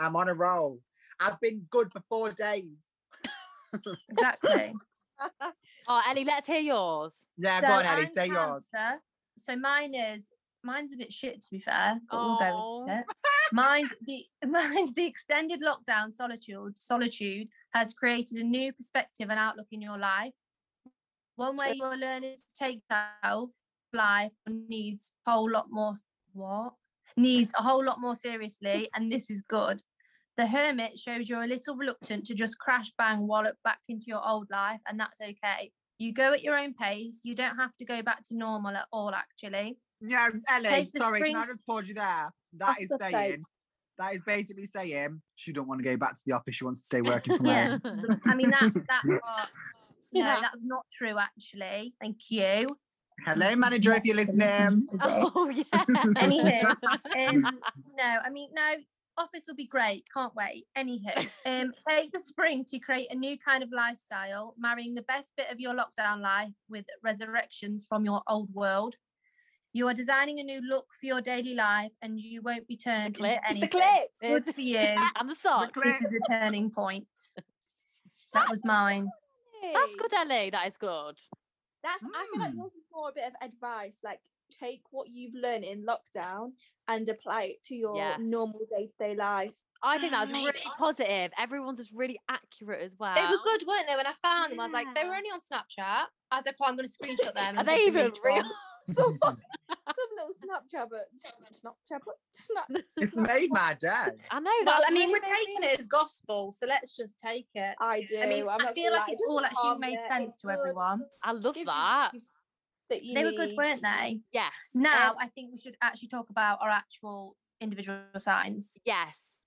[SPEAKER 4] I'm on a roll. I've been good for four days.
[SPEAKER 3] Exactly.
[SPEAKER 2] Oh, Ellie, let's hear yours.
[SPEAKER 4] Yeah, go on, Ellie,
[SPEAKER 3] I'm
[SPEAKER 4] say yours.
[SPEAKER 3] Cancer. So mine is mine's a bit shit to be fair, but we'll go
[SPEAKER 2] Oh.
[SPEAKER 3] with it. Mine's the mine's the extended lockdown solitude solitude has created a new perspective and outlook in your life. One way you're learning to take self life needs a whole lot more s- what needs a whole lot more seriously, and this is good. The hermit shows you're a little reluctant to just crash bang wallop back into your old life, and that's okay. You go at your own pace. You don't have to go back to normal at all, actually.
[SPEAKER 4] No, Ellie,
[SPEAKER 3] Take the
[SPEAKER 4] sorry, can I
[SPEAKER 3] string-
[SPEAKER 4] just pause you there? That
[SPEAKER 1] For
[SPEAKER 4] is
[SPEAKER 1] God's sake.
[SPEAKER 4] saying, that is basically saying she don't want to go back to the office. She wants to stay working from home.
[SPEAKER 3] But, I mean, that, that's what, no,
[SPEAKER 1] Yeah.
[SPEAKER 3] that's not true, actually. Thank you.
[SPEAKER 4] Hello, manager, if you're listening.
[SPEAKER 2] oh, yeah.
[SPEAKER 3] Anywho, Um, no, I mean, no, office will be great. Can't wait. Anywho, um, take the spring to create a new kind of lifestyle, marrying the best bit of your lockdown life with resurrections from your old world. You are designing a new look for your daily life, and you won't be turned
[SPEAKER 2] clip.
[SPEAKER 3] into
[SPEAKER 1] It's the
[SPEAKER 3] anything.
[SPEAKER 1] clip.
[SPEAKER 3] Good for you.
[SPEAKER 2] and the sock.
[SPEAKER 4] clip.
[SPEAKER 3] This is a turning point. That was mine.
[SPEAKER 2] That's good, Ellie. That is good.
[SPEAKER 1] That's I feel like
[SPEAKER 4] Mm.
[SPEAKER 1] yours is more a bit of advice, like take what you've learned in lockdown and apply it to your
[SPEAKER 2] Yes.
[SPEAKER 1] normal day-to-day life.
[SPEAKER 2] I think that was
[SPEAKER 3] Mate.
[SPEAKER 2] really positive. Everyone's just really accurate as well.
[SPEAKER 3] They were good, weren't they? When I found them, I was like, they were
[SPEAKER 2] Yeah.
[SPEAKER 3] only on Snapchat. I was like, oh, I'm going to screenshot them.
[SPEAKER 2] Are
[SPEAKER 3] and
[SPEAKER 2] they
[SPEAKER 3] give them
[SPEAKER 2] even
[SPEAKER 3] each
[SPEAKER 2] real?
[SPEAKER 3] one.
[SPEAKER 1] Some some little Snapchat, but Snapchat, but snap.
[SPEAKER 4] It's made my day.
[SPEAKER 2] I know.
[SPEAKER 3] Well,
[SPEAKER 2] that's
[SPEAKER 3] I mean,
[SPEAKER 2] really made
[SPEAKER 3] we're
[SPEAKER 2] me-
[SPEAKER 3] taking it as gospel, so let's just take it.
[SPEAKER 1] I do.
[SPEAKER 3] I mean,
[SPEAKER 1] I'm
[SPEAKER 3] I
[SPEAKER 1] not
[SPEAKER 3] feel
[SPEAKER 1] gonna
[SPEAKER 3] like
[SPEAKER 1] lie,
[SPEAKER 3] it's
[SPEAKER 1] it
[SPEAKER 3] all
[SPEAKER 1] doesn't
[SPEAKER 3] actually
[SPEAKER 1] harm
[SPEAKER 3] made
[SPEAKER 1] you,
[SPEAKER 3] sense
[SPEAKER 1] it's
[SPEAKER 3] to
[SPEAKER 1] good,
[SPEAKER 3] everyone.
[SPEAKER 2] I love
[SPEAKER 1] gives you the
[SPEAKER 2] that.
[SPEAKER 1] juice that you
[SPEAKER 3] They were good,
[SPEAKER 1] need.
[SPEAKER 3] weren't they?
[SPEAKER 2] Yes. um,
[SPEAKER 3] Now, I think we should actually talk about our actual individual signs.
[SPEAKER 2] yes.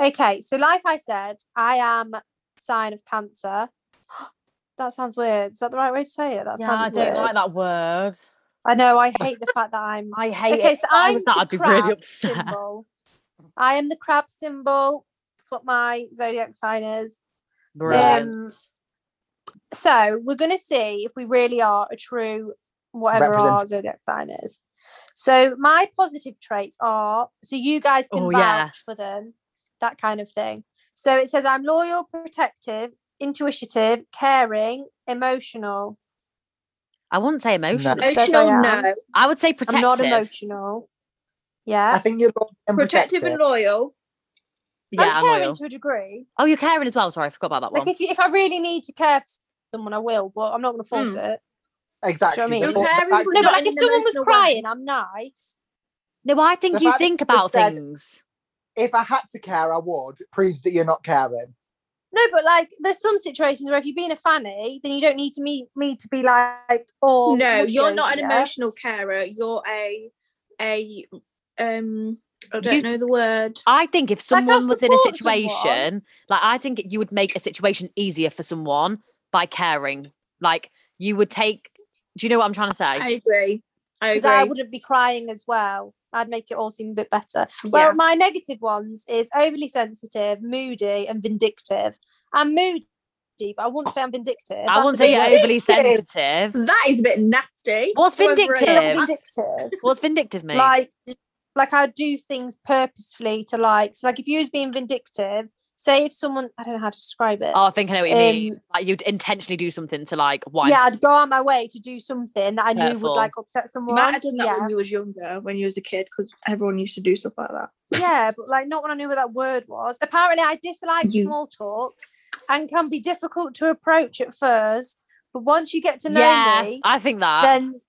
[SPEAKER 3] Okay, so like I said, I am sign of Cancer. That sounds weird. Is that the right way to say it? That
[SPEAKER 2] Yeah, I don't like that word.
[SPEAKER 3] I know. I hate the fact that I'm
[SPEAKER 2] I hate
[SPEAKER 3] okay,
[SPEAKER 2] it.
[SPEAKER 3] so
[SPEAKER 2] If I
[SPEAKER 3] I'm
[SPEAKER 2] was that,
[SPEAKER 3] the
[SPEAKER 2] I'd be
[SPEAKER 3] crab
[SPEAKER 2] really upset.
[SPEAKER 3] symbol. I am the crab symbol. That's what my zodiac sign is.
[SPEAKER 2] Brilliant.
[SPEAKER 3] So we're going to see if we really are a true whatever our
[SPEAKER 4] Representative.
[SPEAKER 3] zodiac sign is. So my positive traits are so you guys can
[SPEAKER 2] Oh,
[SPEAKER 3] vouch
[SPEAKER 2] yeah.
[SPEAKER 3] for them, that kind of thing. So it says I'm loyal, protective, intuitive, caring, emotional.
[SPEAKER 2] I wouldn't say emotional.
[SPEAKER 3] It says I
[SPEAKER 1] Emotional,
[SPEAKER 3] am.
[SPEAKER 1] no.
[SPEAKER 2] I would say
[SPEAKER 3] I'm
[SPEAKER 2] protective.
[SPEAKER 3] not emotional.
[SPEAKER 4] I
[SPEAKER 3] Yeah.
[SPEAKER 4] think you're
[SPEAKER 1] Protective and loyal.
[SPEAKER 2] Yeah,
[SPEAKER 3] I'm
[SPEAKER 2] I'm
[SPEAKER 3] caring
[SPEAKER 2] loyal.
[SPEAKER 3] to a degree.
[SPEAKER 2] Oh, you're caring as well. Sorry, I forgot about that
[SPEAKER 3] Like
[SPEAKER 2] one.
[SPEAKER 3] if, you, if I really need to care for someone, I will, but I'm not going to force it.
[SPEAKER 4] Exactly.
[SPEAKER 3] mean?
[SPEAKER 4] the
[SPEAKER 3] You're
[SPEAKER 4] thought-
[SPEAKER 1] caring
[SPEAKER 4] I-
[SPEAKER 1] for Hmm.
[SPEAKER 3] No, but
[SPEAKER 1] Not
[SPEAKER 3] like
[SPEAKER 1] in
[SPEAKER 3] if
[SPEAKER 1] an
[SPEAKER 3] someone was
[SPEAKER 1] emotional way.
[SPEAKER 3] crying, I'm nice.
[SPEAKER 2] No, I think
[SPEAKER 4] The
[SPEAKER 2] you
[SPEAKER 4] fact that
[SPEAKER 2] think
[SPEAKER 4] you
[SPEAKER 2] about
[SPEAKER 4] said-
[SPEAKER 2] things.
[SPEAKER 4] if I had to care, I would. Proves that you're not caring.
[SPEAKER 3] No, but like there's some situations where if you're being a fanny, then you don't need to meet me to be like, oh
[SPEAKER 1] no,
[SPEAKER 3] would
[SPEAKER 1] you're
[SPEAKER 3] you?"
[SPEAKER 1] not an
[SPEAKER 3] Yeah.
[SPEAKER 1] emotional carer. You're a a um. I don't
[SPEAKER 2] You-
[SPEAKER 1] know the word.
[SPEAKER 2] I think if
[SPEAKER 3] Like, I'll
[SPEAKER 2] someone was in a
[SPEAKER 3] support someone.
[SPEAKER 2] situation, like I think you would make a situation easier for someone by caring. Like you would take. Do you know what I'm trying to say?
[SPEAKER 1] I agree. I
[SPEAKER 3] because
[SPEAKER 1] agree.
[SPEAKER 3] I wouldn't be crying as well. I'd make it all seem a bit better.
[SPEAKER 1] Yeah.
[SPEAKER 3] Well, my negative ones is overly sensitive, moody, and vindictive. I'm moody, but I wouldn't say I'm vindictive.
[SPEAKER 2] I
[SPEAKER 3] That's
[SPEAKER 2] won't
[SPEAKER 3] a
[SPEAKER 2] say
[SPEAKER 3] bit
[SPEAKER 2] you're
[SPEAKER 3] worse.
[SPEAKER 2] overly
[SPEAKER 1] Vindictive.
[SPEAKER 2] sensitive.
[SPEAKER 1] that is a bit nasty.
[SPEAKER 2] What's
[SPEAKER 1] Whoever it
[SPEAKER 2] vindictive?
[SPEAKER 3] I'm
[SPEAKER 1] is.
[SPEAKER 3] vindictive.
[SPEAKER 2] What's vindictive mean?
[SPEAKER 3] like, like I do things purposefully to like. So, like if you was being vindictive, say if someone I don't know how to describe it.
[SPEAKER 2] oh, I think I know what you mean.
[SPEAKER 3] um,
[SPEAKER 2] Like you'd intentionally do something to like wind.
[SPEAKER 3] yeah, I'd go on my way to do something that I knew
[SPEAKER 2] Hurtful.
[SPEAKER 3] would like upset
[SPEAKER 1] You
[SPEAKER 3] someone.
[SPEAKER 1] might have done that
[SPEAKER 3] yeah.
[SPEAKER 1] when you was younger, when you was a kid, because everyone used to do stuff like that.
[SPEAKER 3] Yeah, but like not when I knew what that word was. Apparently, I dislike
[SPEAKER 1] You-
[SPEAKER 3] small talk and can be difficult to approach at first. But once you get to know
[SPEAKER 2] yeah, Uh,
[SPEAKER 3] me,
[SPEAKER 2] I think that.
[SPEAKER 3] then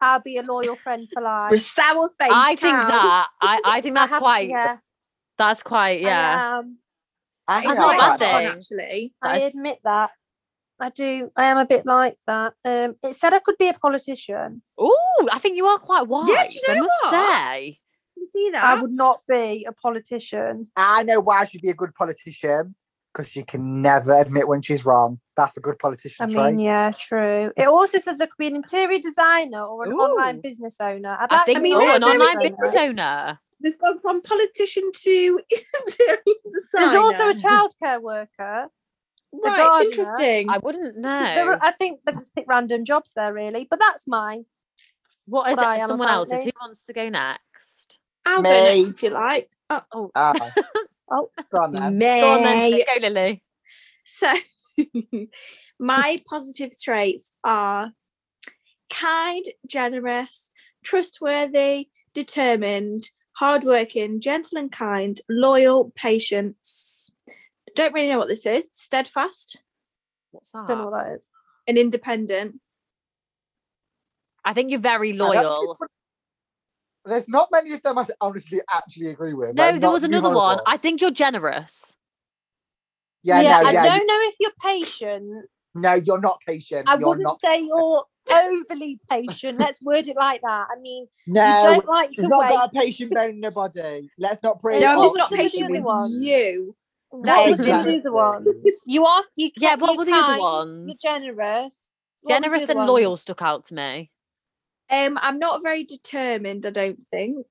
[SPEAKER 3] I'll be a loyal friend for
[SPEAKER 1] With
[SPEAKER 3] life.
[SPEAKER 1] sour face.
[SPEAKER 2] I think
[SPEAKER 1] cow.
[SPEAKER 2] that. I, I think
[SPEAKER 3] I
[SPEAKER 2] that's
[SPEAKER 3] have-
[SPEAKER 2] quite.
[SPEAKER 3] Yeah,
[SPEAKER 2] That's quite. Yeah.
[SPEAKER 3] I, am.
[SPEAKER 4] I
[SPEAKER 2] That's
[SPEAKER 4] hear
[SPEAKER 2] not a
[SPEAKER 4] about
[SPEAKER 2] bad
[SPEAKER 4] that.
[SPEAKER 1] on,
[SPEAKER 2] thing.
[SPEAKER 1] actually.
[SPEAKER 3] I
[SPEAKER 2] That's-
[SPEAKER 3] admit that. I do. I am a bit like that. Um, it said I could be a politician.
[SPEAKER 2] Oh, I think you are quite wise.
[SPEAKER 1] you
[SPEAKER 2] I
[SPEAKER 1] know
[SPEAKER 2] must
[SPEAKER 1] what?
[SPEAKER 2] say.
[SPEAKER 1] You see that?
[SPEAKER 3] I would not be a politician.
[SPEAKER 4] I know why she'd be a good politician because she can never admit when she's wrong. That's a good
[SPEAKER 3] I
[SPEAKER 4] politician
[SPEAKER 3] mean,
[SPEAKER 4] trait.
[SPEAKER 3] yeah, true. It also says I could be an interior designer or an online
[SPEAKER 2] Ooh.
[SPEAKER 3] business owner. I'd like
[SPEAKER 2] I
[SPEAKER 3] to
[SPEAKER 2] think.
[SPEAKER 3] be
[SPEAKER 1] mean,
[SPEAKER 2] oh,
[SPEAKER 1] there-
[SPEAKER 2] an
[SPEAKER 1] there is
[SPEAKER 2] online
[SPEAKER 1] a-
[SPEAKER 2] business owner.
[SPEAKER 1] We've gone from politician to interior designer.
[SPEAKER 3] There's also a childcare worker.
[SPEAKER 1] right,
[SPEAKER 3] gardener.
[SPEAKER 1] interesting.
[SPEAKER 2] I wouldn't
[SPEAKER 3] There
[SPEAKER 2] know.
[SPEAKER 3] are, I think they just pick random jobs there, really. But that's mine.
[SPEAKER 2] What
[SPEAKER 3] that's
[SPEAKER 2] is
[SPEAKER 3] what I
[SPEAKER 2] it?
[SPEAKER 3] am,
[SPEAKER 2] Someone else's. Who
[SPEAKER 3] apparently.
[SPEAKER 2] wants to go next?
[SPEAKER 1] I'll go
[SPEAKER 4] May.
[SPEAKER 1] next if you like. Oh,
[SPEAKER 4] Oh.
[SPEAKER 3] Oh.
[SPEAKER 4] go on then.
[SPEAKER 2] Go on then.
[SPEAKER 3] Eh,
[SPEAKER 1] May.
[SPEAKER 2] Go, Lily.
[SPEAKER 1] So, my positive traits are kind, generous, trustworthy, determined, hardworking, gentle and kind, loyal, patient. s- Don't really know what this is. Steadfast
[SPEAKER 2] What's that?
[SPEAKER 3] Don't know what that is.
[SPEAKER 1] and independent.
[SPEAKER 2] I think you're very
[SPEAKER 4] I'd actually
[SPEAKER 2] loyal.
[SPEAKER 4] put- There's not many of them I honestly actually agree with.
[SPEAKER 2] No,
[SPEAKER 4] Like,
[SPEAKER 2] there
[SPEAKER 4] not
[SPEAKER 2] was
[SPEAKER 4] to be
[SPEAKER 2] another one.
[SPEAKER 4] horrible.
[SPEAKER 2] I think you're generous.
[SPEAKER 4] Yeah, no,
[SPEAKER 3] I
[SPEAKER 4] yeah.
[SPEAKER 3] don't know if you're patient.
[SPEAKER 4] No, you're not patient.
[SPEAKER 3] I
[SPEAKER 4] you're
[SPEAKER 3] wouldn't
[SPEAKER 4] not.
[SPEAKER 3] say you're overly patient. Let's word it like that. I mean,
[SPEAKER 4] No,
[SPEAKER 3] you don't like
[SPEAKER 4] she's
[SPEAKER 3] to
[SPEAKER 4] not
[SPEAKER 3] wait.
[SPEAKER 4] got a patient bone in her body. Let's not bring.
[SPEAKER 3] No,
[SPEAKER 1] I'm
[SPEAKER 3] what
[SPEAKER 1] just
[SPEAKER 3] was
[SPEAKER 1] not
[SPEAKER 3] some of the
[SPEAKER 1] patient
[SPEAKER 3] other
[SPEAKER 1] with
[SPEAKER 3] ones?
[SPEAKER 1] you.
[SPEAKER 3] What was the
[SPEAKER 4] Exactly.
[SPEAKER 3] other ones? You are. You
[SPEAKER 2] Yeah,
[SPEAKER 3] ca-
[SPEAKER 2] what
[SPEAKER 3] you're
[SPEAKER 2] were the other
[SPEAKER 3] kind,
[SPEAKER 2] ones?
[SPEAKER 3] You're generous. What was the
[SPEAKER 2] generous
[SPEAKER 3] other
[SPEAKER 2] and
[SPEAKER 3] one?
[SPEAKER 2] loyal stuck out to me.
[SPEAKER 1] Um, I'm not very determined. I don't think.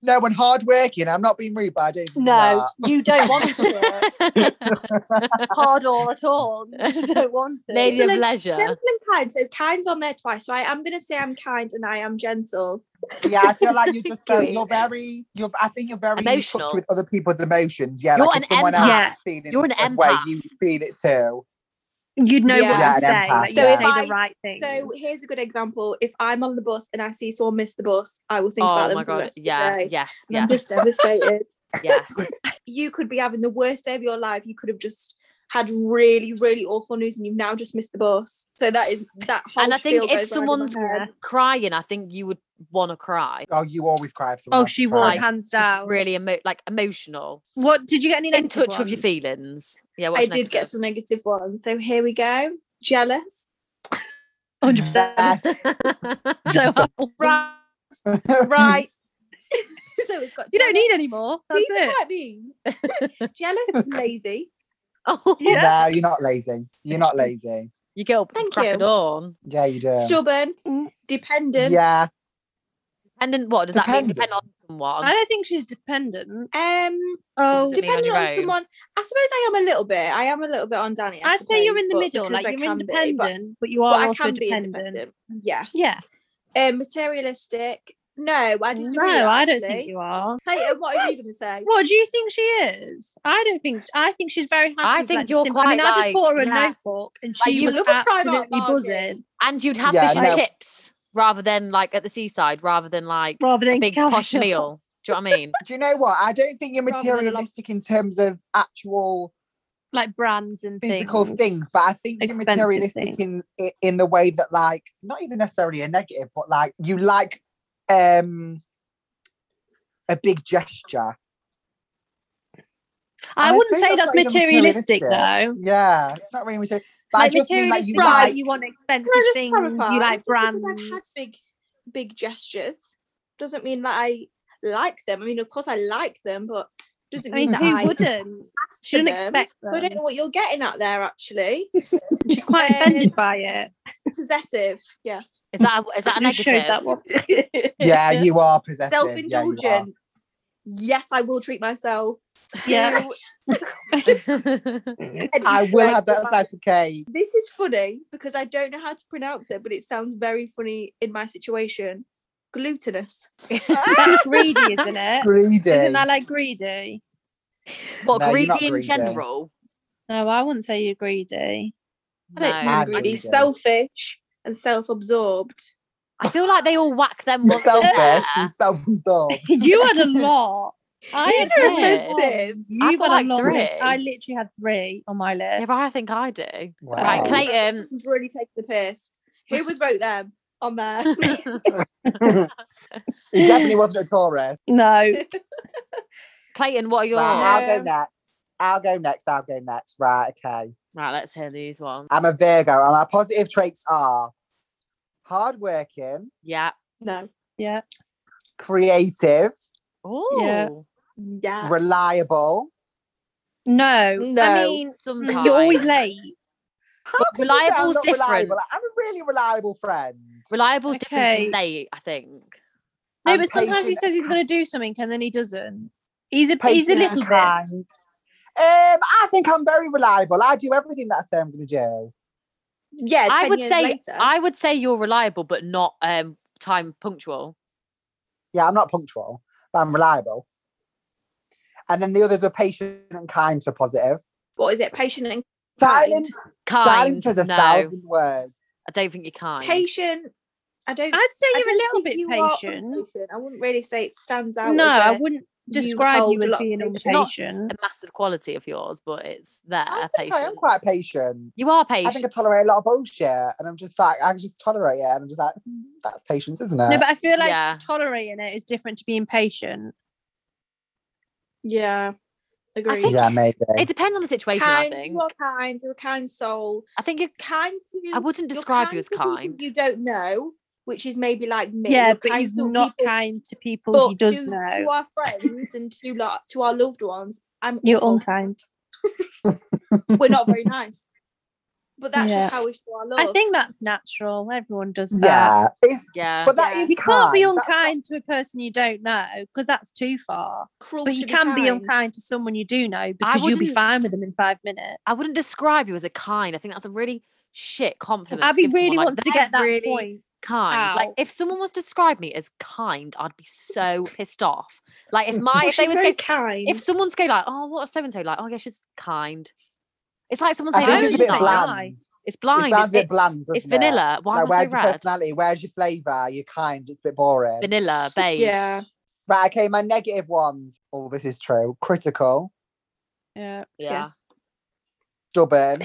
[SPEAKER 4] No, and hardworking. I'm not being rude, but I don't.
[SPEAKER 3] No, you don't want to work hard or at all. You just don't want to.
[SPEAKER 2] Lady of
[SPEAKER 1] Gentle-
[SPEAKER 2] leisure.
[SPEAKER 1] Gentle and kind. So kind's on there twice. So I am going to say I'm kind and I am gentle.
[SPEAKER 4] Yeah, I feel like you're just. very-
[SPEAKER 1] Agree.
[SPEAKER 4] you're very. You're. I think you're very In
[SPEAKER 2] Emotional.
[SPEAKER 4] touch with other people's emotions. Yeah,
[SPEAKER 2] You're
[SPEAKER 4] like
[SPEAKER 2] an
[SPEAKER 4] if someone
[SPEAKER 2] empath.
[SPEAKER 4] else
[SPEAKER 7] Yeah.
[SPEAKER 4] is feeling
[SPEAKER 2] You're
[SPEAKER 4] you're
[SPEAKER 2] an
[SPEAKER 4] an way,
[SPEAKER 2] empath.
[SPEAKER 4] you feel it too.
[SPEAKER 7] You'd know what
[SPEAKER 1] Yeah.
[SPEAKER 7] to
[SPEAKER 4] Yeah, an
[SPEAKER 7] say. Like
[SPEAKER 4] empath,
[SPEAKER 7] you'd
[SPEAKER 1] So if
[SPEAKER 7] say
[SPEAKER 1] I-
[SPEAKER 7] the right thing.
[SPEAKER 1] So here's a good example. If I'm on the bus and I see someone miss the bus, I will think about
[SPEAKER 2] Oh
[SPEAKER 1] them.
[SPEAKER 2] my
[SPEAKER 1] for the
[SPEAKER 2] god.
[SPEAKER 1] rest of the
[SPEAKER 2] Yeah.
[SPEAKER 1] day.
[SPEAKER 2] Yes.
[SPEAKER 1] And I'm
[SPEAKER 2] Yes.
[SPEAKER 1] just devastated.
[SPEAKER 2] yes.
[SPEAKER 1] you could be having the worst day of your life. You could have just had really, really awful news, and you've now just missed the bus. So that is that whole.
[SPEAKER 2] And I think
[SPEAKER 1] spiel goes
[SPEAKER 2] if
[SPEAKER 1] round in my
[SPEAKER 2] someone's
[SPEAKER 1] head.
[SPEAKER 2] crying, I think you would want to cry.
[SPEAKER 4] Oh, you always cry if someone
[SPEAKER 7] Oh,
[SPEAKER 4] else
[SPEAKER 7] she
[SPEAKER 4] is
[SPEAKER 7] would,
[SPEAKER 4] crying.
[SPEAKER 7] hands
[SPEAKER 2] Just
[SPEAKER 7] down.
[SPEAKER 2] really emo- like emotional.
[SPEAKER 7] What did you get any
[SPEAKER 2] In
[SPEAKER 7] negative
[SPEAKER 2] touch with your
[SPEAKER 7] ones?
[SPEAKER 2] feelings. Yeah.
[SPEAKER 1] I
[SPEAKER 2] what's
[SPEAKER 1] did get some
[SPEAKER 2] negatives?
[SPEAKER 1] negative ones. So here we go. Jealous.
[SPEAKER 7] 100%.
[SPEAKER 4] Yes.
[SPEAKER 7] So
[SPEAKER 4] Yes.
[SPEAKER 1] Right, right. so we've got.
[SPEAKER 7] you don't
[SPEAKER 1] jealous.
[SPEAKER 7] need any more. That's
[SPEAKER 1] These are
[SPEAKER 7] it.
[SPEAKER 1] quite mean. jealous, and lazy.
[SPEAKER 2] oh,
[SPEAKER 7] Yeah.
[SPEAKER 4] No, you're not lazy. You're not lazy.
[SPEAKER 2] you get up
[SPEAKER 1] Thank
[SPEAKER 2] crack
[SPEAKER 1] you.
[SPEAKER 2] of dawn.
[SPEAKER 4] Yeah, you do.
[SPEAKER 1] Stubborn,
[SPEAKER 3] Mm.
[SPEAKER 1] dependent.
[SPEAKER 4] yeah,
[SPEAKER 2] Dependent. What does that mean? Depend on someone.
[SPEAKER 7] I don't think she's dependent.
[SPEAKER 1] Um,
[SPEAKER 2] does
[SPEAKER 7] Oh,
[SPEAKER 2] it mean on
[SPEAKER 1] depending
[SPEAKER 2] your
[SPEAKER 1] on,
[SPEAKER 2] own?
[SPEAKER 1] someone, I suppose I am a little bit. I am a little bit on Danny. I
[SPEAKER 7] I'd say you're
[SPEAKER 1] suppose,
[SPEAKER 7] in the
[SPEAKER 1] but
[SPEAKER 7] middle.
[SPEAKER 1] because
[SPEAKER 7] Like
[SPEAKER 1] I
[SPEAKER 7] you're
[SPEAKER 1] can be, but-
[SPEAKER 7] independent, but you
[SPEAKER 1] but,
[SPEAKER 7] are
[SPEAKER 1] I
[SPEAKER 7] also
[SPEAKER 1] can be
[SPEAKER 7] dependent.
[SPEAKER 1] independent. Yes.
[SPEAKER 7] Yeah.
[SPEAKER 1] Um, materialistic. No, I disagree.
[SPEAKER 7] No, I don't think
[SPEAKER 1] actually.
[SPEAKER 7] you are.
[SPEAKER 1] Clayton, what are you going to say?
[SPEAKER 7] What do you think she is? I don't think. I think she's very happy.
[SPEAKER 2] I
[SPEAKER 7] with,
[SPEAKER 2] think
[SPEAKER 7] like, the
[SPEAKER 2] you're
[SPEAKER 7] simple- I mean,
[SPEAKER 2] quite,
[SPEAKER 7] I just
[SPEAKER 2] like,
[SPEAKER 7] bought her a
[SPEAKER 2] yeah.
[SPEAKER 7] notebook, and
[SPEAKER 2] Like,
[SPEAKER 7] she
[SPEAKER 2] you
[SPEAKER 7] was
[SPEAKER 1] love a private
[SPEAKER 7] absolutely
[SPEAKER 1] bargain.
[SPEAKER 7] buzzing.
[SPEAKER 2] And you'd have
[SPEAKER 4] Yeah,
[SPEAKER 2] fish and
[SPEAKER 4] no.
[SPEAKER 2] chips rather than like at the seaside, rather than like
[SPEAKER 7] Rather
[SPEAKER 2] a
[SPEAKER 7] than
[SPEAKER 2] big
[SPEAKER 7] Calvin
[SPEAKER 2] posh
[SPEAKER 7] Hill.
[SPEAKER 2] meal. Do you know what I mean?
[SPEAKER 4] Do you know what? I don't think you're
[SPEAKER 1] Rather than a lot-
[SPEAKER 4] materialistic in terms of actual
[SPEAKER 3] like brands and
[SPEAKER 4] physical things,
[SPEAKER 3] things.
[SPEAKER 4] but I think you're
[SPEAKER 3] Expensive
[SPEAKER 4] materialistic in
[SPEAKER 3] things.
[SPEAKER 4] in in the way that like not even necessarily a negative, but like you like um a big gesture. And
[SPEAKER 3] I
[SPEAKER 4] I
[SPEAKER 3] wouldn't
[SPEAKER 4] suppose
[SPEAKER 3] say
[SPEAKER 4] that's
[SPEAKER 3] that's
[SPEAKER 4] not even
[SPEAKER 3] materialistic
[SPEAKER 4] materialistic.
[SPEAKER 3] though.
[SPEAKER 4] Yeah, it's not really material. But
[SPEAKER 3] like
[SPEAKER 4] I just mean like
[SPEAKER 3] materialistic,
[SPEAKER 4] you
[SPEAKER 3] you,
[SPEAKER 4] like
[SPEAKER 3] you want expensive
[SPEAKER 1] Can I just
[SPEAKER 3] things,
[SPEAKER 1] clarify?
[SPEAKER 3] you like
[SPEAKER 1] Just because
[SPEAKER 3] brands.
[SPEAKER 1] I've had big, big gestures doesn't mean that I like them. I mean, of course, I like them, but doesn't
[SPEAKER 3] I mean,
[SPEAKER 1] mean that
[SPEAKER 3] who
[SPEAKER 1] I
[SPEAKER 3] wouldn't?
[SPEAKER 1] asked for
[SPEAKER 3] Shouldn't
[SPEAKER 1] them.
[SPEAKER 3] expect
[SPEAKER 1] So I don't know what you're getting at there. Actually,
[SPEAKER 3] She's quite
[SPEAKER 1] Um,
[SPEAKER 3] offended by it.
[SPEAKER 1] possessive. Yes.
[SPEAKER 2] Is that a, is that a
[SPEAKER 3] Should've showed
[SPEAKER 2] negative?
[SPEAKER 3] that one.
[SPEAKER 4] yeah,
[SPEAKER 3] uh,
[SPEAKER 4] you are possessive. Yeah, you are.
[SPEAKER 1] Self-indulgence. Yes, I will treat myself.
[SPEAKER 3] Yeah.
[SPEAKER 1] to a
[SPEAKER 4] I will have that
[SPEAKER 1] dessert.
[SPEAKER 4] slice of cake.
[SPEAKER 1] This is funny because I don't know how to pronounce it, but it sounds very funny in my situation. Glutinous.
[SPEAKER 3] That's greedy, isn't it?
[SPEAKER 4] Greedy.
[SPEAKER 3] Isn't that like greedy?
[SPEAKER 2] What,
[SPEAKER 4] No, you're
[SPEAKER 2] greedy
[SPEAKER 4] not
[SPEAKER 2] in
[SPEAKER 4] greedy.
[SPEAKER 2] general?
[SPEAKER 3] No, I wouldn't say you're greedy.
[SPEAKER 1] I don't
[SPEAKER 2] No.
[SPEAKER 1] know.
[SPEAKER 4] I'm
[SPEAKER 1] Greedy.
[SPEAKER 4] greedy.
[SPEAKER 1] Selfish and self-absorbed.
[SPEAKER 2] I feel like they all whack them
[SPEAKER 4] You're
[SPEAKER 2] once in
[SPEAKER 4] selfish.
[SPEAKER 2] there.
[SPEAKER 4] You're self-absorbed.
[SPEAKER 3] you had a lot. I
[SPEAKER 1] These
[SPEAKER 3] had
[SPEAKER 1] are
[SPEAKER 3] one.
[SPEAKER 1] offensive.
[SPEAKER 3] You've
[SPEAKER 2] got
[SPEAKER 3] had
[SPEAKER 2] like
[SPEAKER 3] a long list.
[SPEAKER 2] three.
[SPEAKER 3] I literally had three on my list.
[SPEAKER 2] Yeah, but I think I um, do. Right,
[SPEAKER 4] Wow.
[SPEAKER 2] Clayton.
[SPEAKER 1] Someone's really taking the piss. Who was wrote them on there?
[SPEAKER 4] He definitely wasn't a Taurus.
[SPEAKER 3] No,
[SPEAKER 2] Clayton, what are yours?
[SPEAKER 4] Right,
[SPEAKER 2] Right,
[SPEAKER 4] I'll go next. I'll go next. I'll go next. Right, okay.
[SPEAKER 2] let's hear these ones.
[SPEAKER 4] I'm a Virgo, and my positive traits are hardworking,
[SPEAKER 2] Yeah.
[SPEAKER 1] no.
[SPEAKER 3] yeah,
[SPEAKER 4] creative,
[SPEAKER 2] Oh.
[SPEAKER 1] Yeah.
[SPEAKER 4] reliable.
[SPEAKER 3] no. I
[SPEAKER 1] No.
[SPEAKER 3] mean,
[SPEAKER 2] Sometimes.
[SPEAKER 3] you're always late.
[SPEAKER 4] How can you say I'm
[SPEAKER 2] reliable's
[SPEAKER 4] not reliable?
[SPEAKER 2] different.
[SPEAKER 4] I'm a really reliable friend.
[SPEAKER 2] Reliable's different
[SPEAKER 3] Okay.
[SPEAKER 2] to late, I think.
[SPEAKER 3] No,
[SPEAKER 4] I'm
[SPEAKER 3] but sometimes he
[SPEAKER 4] patient-
[SPEAKER 3] says he's going to do something and then he doesn't. He's a he's a
[SPEAKER 4] patient and
[SPEAKER 3] little
[SPEAKER 4] kind.
[SPEAKER 3] bit.
[SPEAKER 4] Um, I think I'm very reliable. I do everything that I say I'm going to do.
[SPEAKER 1] Yeah.
[SPEAKER 2] I
[SPEAKER 1] 10
[SPEAKER 2] would
[SPEAKER 1] years
[SPEAKER 2] say
[SPEAKER 1] later.
[SPEAKER 2] I would say you're reliable, but not um time punctual.
[SPEAKER 4] Yeah, I'm not punctual, but I'm reliable. And then the others are patient and kind for positive.
[SPEAKER 1] what is it? Patient and Kind.
[SPEAKER 4] Silence,
[SPEAKER 2] Kind.
[SPEAKER 4] silence is a
[SPEAKER 2] no.
[SPEAKER 4] thousand words.
[SPEAKER 2] I don't think you're kind.
[SPEAKER 1] patient. I don't.
[SPEAKER 3] I'd say
[SPEAKER 1] I
[SPEAKER 3] you're a
[SPEAKER 1] don't
[SPEAKER 3] little
[SPEAKER 1] think
[SPEAKER 3] bit
[SPEAKER 1] you are
[SPEAKER 3] patient.
[SPEAKER 1] impatient. I wouldn't really say it stands out.
[SPEAKER 3] No,
[SPEAKER 1] as
[SPEAKER 3] I
[SPEAKER 1] a-
[SPEAKER 3] wouldn't
[SPEAKER 1] you
[SPEAKER 3] describe you,
[SPEAKER 1] hold a
[SPEAKER 3] as
[SPEAKER 1] lot of
[SPEAKER 3] being
[SPEAKER 1] patience.
[SPEAKER 2] It's not
[SPEAKER 3] impatient.
[SPEAKER 2] a massive quality of yours, but it's there.
[SPEAKER 4] I think
[SPEAKER 2] Uh, patient.
[SPEAKER 4] I am quite patient.
[SPEAKER 2] You are
[SPEAKER 4] I
[SPEAKER 2] patient.
[SPEAKER 4] think I tolerate a lot of bullshit, and I'm just like, I just tolerate it, and I'm just like, "Mm, that's patience, isn't it?
[SPEAKER 3] No, but I feel like
[SPEAKER 2] yeah.
[SPEAKER 3] tolerating it is different to being patient.
[SPEAKER 1] Yeah. Agree.
[SPEAKER 2] think-
[SPEAKER 4] yeah, maybe.
[SPEAKER 2] It depends on the situation, I
[SPEAKER 1] kind.
[SPEAKER 2] think.
[SPEAKER 1] You are kind. You're a kind soul.
[SPEAKER 2] I think you're
[SPEAKER 1] Kind to.
[SPEAKER 2] I wouldn't
[SPEAKER 1] you're
[SPEAKER 2] describe you as
[SPEAKER 1] to people
[SPEAKER 2] kind.
[SPEAKER 1] You don't know, which is maybe like me.
[SPEAKER 3] yeah,
[SPEAKER 1] You're
[SPEAKER 3] but
[SPEAKER 1] kind
[SPEAKER 3] he's
[SPEAKER 1] to
[SPEAKER 3] not
[SPEAKER 1] people,
[SPEAKER 3] kind to people
[SPEAKER 1] but
[SPEAKER 3] he does
[SPEAKER 1] to,
[SPEAKER 3] know.
[SPEAKER 1] to our friends and to like to our loved ones. I'm
[SPEAKER 3] You're
[SPEAKER 1] awful.
[SPEAKER 3] unkind.
[SPEAKER 1] We're not very nice. But that's
[SPEAKER 3] Yeah.
[SPEAKER 1] just how we show our love.
[SPEAKER 3] I think that's natural. Everyone does that.
[SPEAKER 4] yeah, it's,
[SPEAKER 2] Yeah.
[SPEAKER 4] but that
[SPEAKER 1] Yeah.
[SPEAKER 4] is
[SPEAKER 3] You can't be
[SPEAKER 4] kind. That's not-
[SPEAKER 3] unkind to a person you don't know because that's too far.
[SPEAKER 1] cruel.
[SPEAKER 3] But you
[SPEAKER 1] to be
[SPEAKER 3] can be
[SPEAKER 1] kind.
[SPEAKER 3] unkind to someone you do know because you'll be
[SPEAKER 2] wouldn't-
[SPEAKER 3] fine with them in five minutes.
[SPEAKER 2] I wouldn't described you as a kind. I think that's a really shit compliment. to
[SPEAKER 3] Abby
[SPEAKER 2] give someone,
[SPEAKER 3] really
[SPEAKER 2] like,
[SPEAKER 3] wants to
[SPEAKER 2] "They're
[SPEAKER 3] get that
[SPEAKER 2] really
[SPEAKER 3] point.
[SPEAKER 2] Kind. Like
[SPEAKER 3] out."
[SPEAKER 2] if someone was to describe me as kind, I'd be so pissed off. Like if my
[SPEAKER 1] Well,
[SPEAKER 2] if they
[SPEAKER 1] she's
[SPEAKER 2] were to
[SPEAKER 1] very
[SPEAKER 2] go,
[SPEAKER 1] kind.
[SPEAKER 2] if someone's go like, oh, what so and so like, oh yeah, she's kind. It's like someone
[SPEAKER 4] I
[SPEAKER 2] saying,
[SPEAKER 4] think
[SPEAKER 2] oh,
[SPEAKER 4] it's a
[SPEAKER 2] she's
[SPEAKER 4] bit
[SPEAKER 2] not.
[SPEAKER 4] bland.
[SPEAKER 2] It's
[SPEAKER 4] It
[SPEAKER 2] blind.
[SPEAKER 4] sounds a
[SPEAKER 2] It's,
[SPEAKER 4] bit bland, doesn't
[SPEAKER 2] it's
[SPEAKER 4] it?
[SPEAKER 2] vanilla. Why
[SPEAKER 4] Like,
[SPEAKER 2] am
[SPEAKER 4] where's
[SPEAKER 2] I so
[SPEAKER 4] your
[SPEAKER 2] red?
[SPEAKER 4] personality? Where's your flavour? You're kind. It's a bit boring.
[SPEAKER 2] Vanilla, beige.
[SPEAKER 1] Yeah.
[SPEAKER 4] Right, okay, my negative ones. All this is true. Critical,
[SPEAKER 3] Yeah,
[SPEAKER 2] Yeah.
[SPEAKER 1] Yes.
[SPEAKER 4] stubborn,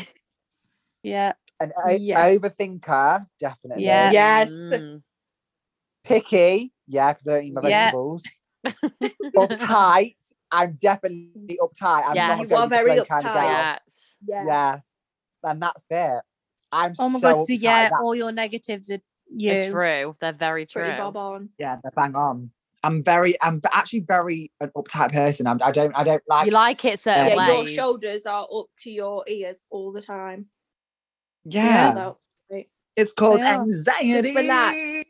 [SPEAKER 3] yeah,
[SPEAKER 4] an o-
[SPEAKER 1] Yeah.
[SPEAKER 4] overthinker, definitely.
[SPEAKER 3] Yeah.
[SPEAKER 1] Yes.
[SPEAKER 2] Mm.
[SPEAKER 4] Picky, yeah, because I don't eat my
[SPEAKER 3] Yeah.
[SPEAKER 4] vegetables. uptight, I'm definitely uptight. I'm
[SPEAKER 2] Yeah.
[SPEAKER 4] not a
[SPEAKER 2] You
[SPEAKER 4] go
[SPEAKER 1] are
[SPEAKER 4] with the
[SPEAKER 1] very
[SPEAKER 4] flow kind of
[SPEAKER 1] uptight.
[SPEAKER 4] girl.
[SPEAKER 2] Yes.
[SPEAKER 1] Yeah.
[SPEAKER 4] Yeah, and that's it. I'm
[SPEAKER 3] Oh my
[SPEAKER 4] so
[SPEAKER 3] god, so
[SPEAKER 4] uptight
[SPEAKER 3] yeah,
[SPEAKER 4] that-
[SPEAKER 3] all your negatives are
[SPEAKER 2] They're
[SPEAKER 3] you.
[SPEAKER 2] true. They're very true.
[SPEAKER 1] Pretty bob on.
[SPEAKER 4] yeah, they're bang on. I'm very, I'm v- actually very an uptight person. I'm, I don't, I don't like.
[SPEAKER 2] you like it certain
[SPEAKER 1] Yeah,
[SPEAKER 4] Yeah.
[SPEAKER 1] your
[SPEAKER 2] ways.
[SPEAKER 1] shoulders are up to your ears all the time.
[SPEAKER 4] yeah,
[SPEAKER 1] Although-
[SPEAKER 4] it's called
[SPEAKER 3] They are.
[SPEAKER 4] anxiety.
[SPEAKER 1] relax.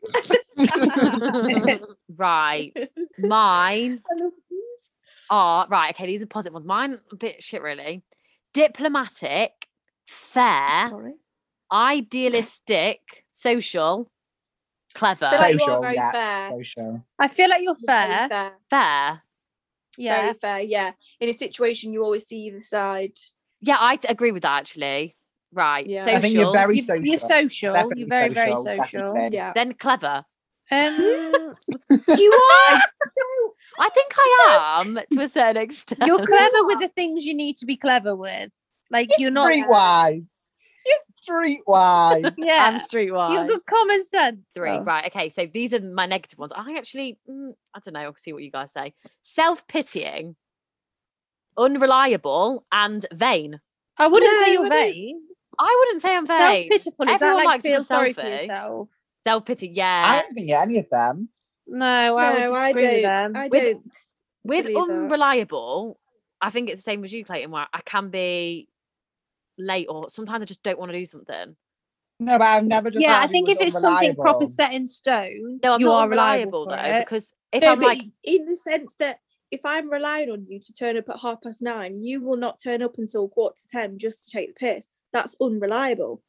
[SPEAKER 2] right. Mine
[SPEAKER 1] I love these.
[SPEAKER 2] are right. Okay, these are positive ones. Mine a bit shit really. Diplomatic, fair,
[SPEAKER 1] Sorry.
[SPEAKER 2] idealistic, social, clever,
[SPEAKER 1] Feel like you are
[SPEAKER 4] social,
[SPEAKER 1] very
[SPEAKER 4] yeah,
[SPEAKER 1] fair.
[SPEAKER 4] social.
[SPEAKER 3] I feel like you're
[SPEAKER 1] Very
[SPEAKER 3] fair.
[SPEAKER 1] fair.
[SPEAKER 2] fair.
[SPEAKER 3] Yeah.
[SPEAKER 1] Very fair. Yeah. In a situation, you always see the side.
[SPEAKER 2] Yeah, I th- agree with that actually. Right.
[SPEAKER 1] Yeah.
[SPEAKER 2] Social.
[SPEAKER 4] I think you're very
[SPEAKER 3] You-
[SPEAKER 4] social.
[SPEAKER 3] You're social.
[SPEAKER 4] Definitely
[SPEAKER 3] You're very, very
[SPEAKER 4] social,
[SPEAKER 3] social.
[SPEAKER 4] definitely.
[SPEAKER 1] Yeah.
[SPEAKER 2] then clever.
[SPEAKER 3] Um,
[SPEAKER 1] You are.
[SPEAKER 2] I think I am to a certain extent.
[SPEAKER 3] you're clever with the things you need to be clever with. Like you're not.
[SPEAKER 4] Streetwise. You're streetwise.
[SPEAKER 3] Yeah.
[SPEAKER 2] I'm streetwise.
[SPEAKER 3] You've got common sense.
[SPEAKER 2] three.
[SPEAKER 3] though.
[SPEAKER 2] Right. Okay. So these are my negative ones. I actually, mm, I don't know. I'll see what you guys say. Self pitying, unreliable, and vain.
[SPEAKER 3] I wouldn't
[SPEAKER 1] No,
[SPEAKER 3] say you're
[SPEAKER 1] I don't-
[SPEAKER 3] vain.
[SPEAKER 2] I wouldn't say I'm
[SPEAKER 3] Self
[SPEAKER 2] vain.
[SPEAKER 3] pitiful. Is that
[SPEAKER 2] Everyone
[SPEAKER 3] like
[SPEAKER 2] likes a
[SPEAKER 3] feel
[SPEAKER 2] good
[SPEAKER 3] sorry for
[SPEAKER 2] selfie.
[SPEAKER 3] yourself?
[SPEAKER 2] Self pity.
[SPEAKER 4] I
[SPEAKER 2] Yeah.
[SPEAKER 4] don't think you're any of them.
[SPEAKER 3] No, I
[SPEAKER 1] no,
[SPEAKER 3] would
[SPEAKER 1] I
[SPEAKER 3] disagree
[SPEAKER 1] don't.
[SPEAKER 3] with them.
[SPEAKER 1] I
[SPEAKER 2] With-
[SPEAKER 1] don't.
[SPEAKER 2] With
[SPEAKER 1] believe that.
[SPEAKER 2] unreliable, I think it's the same as you, Clayton. Where I can be late, or sometimes I just don't want to do something.
[SPEAKER 4] No, but I've never just
[SPEAKER 3] yeah,
[SPEAKER 4] thought
[SPEAKER 3] I
[SPEAKER 4] you
[SPEAKER 3] think
[SPEAKER 4] was
[SPEAKER 3] if it's something proper
[SPEAKER 4] unreliable.
[SPEAKER 3] set in stone,
[SPEAKER 2] No, I'm
[SPEAKER 3] you
[SPEAKER 2] not
[SPEAKER 3] are
[SPEAKER 2] unreliable
[SPEAKER 3] reliable
[SPEAKER 2] though,
[SPEAKER 3] for it.
[SPEAKER 2] because if
[SPEAKER 1] no,
[SPEAKER 2] I'm
[SPEAKER 1] but
[SPEAKER 2] like,
[SPEAKER 1] y- in the sense that if I'm relying on you to turn up at half past nine, you will not turn up until quarter to ten just to take the piss. That's unreliable.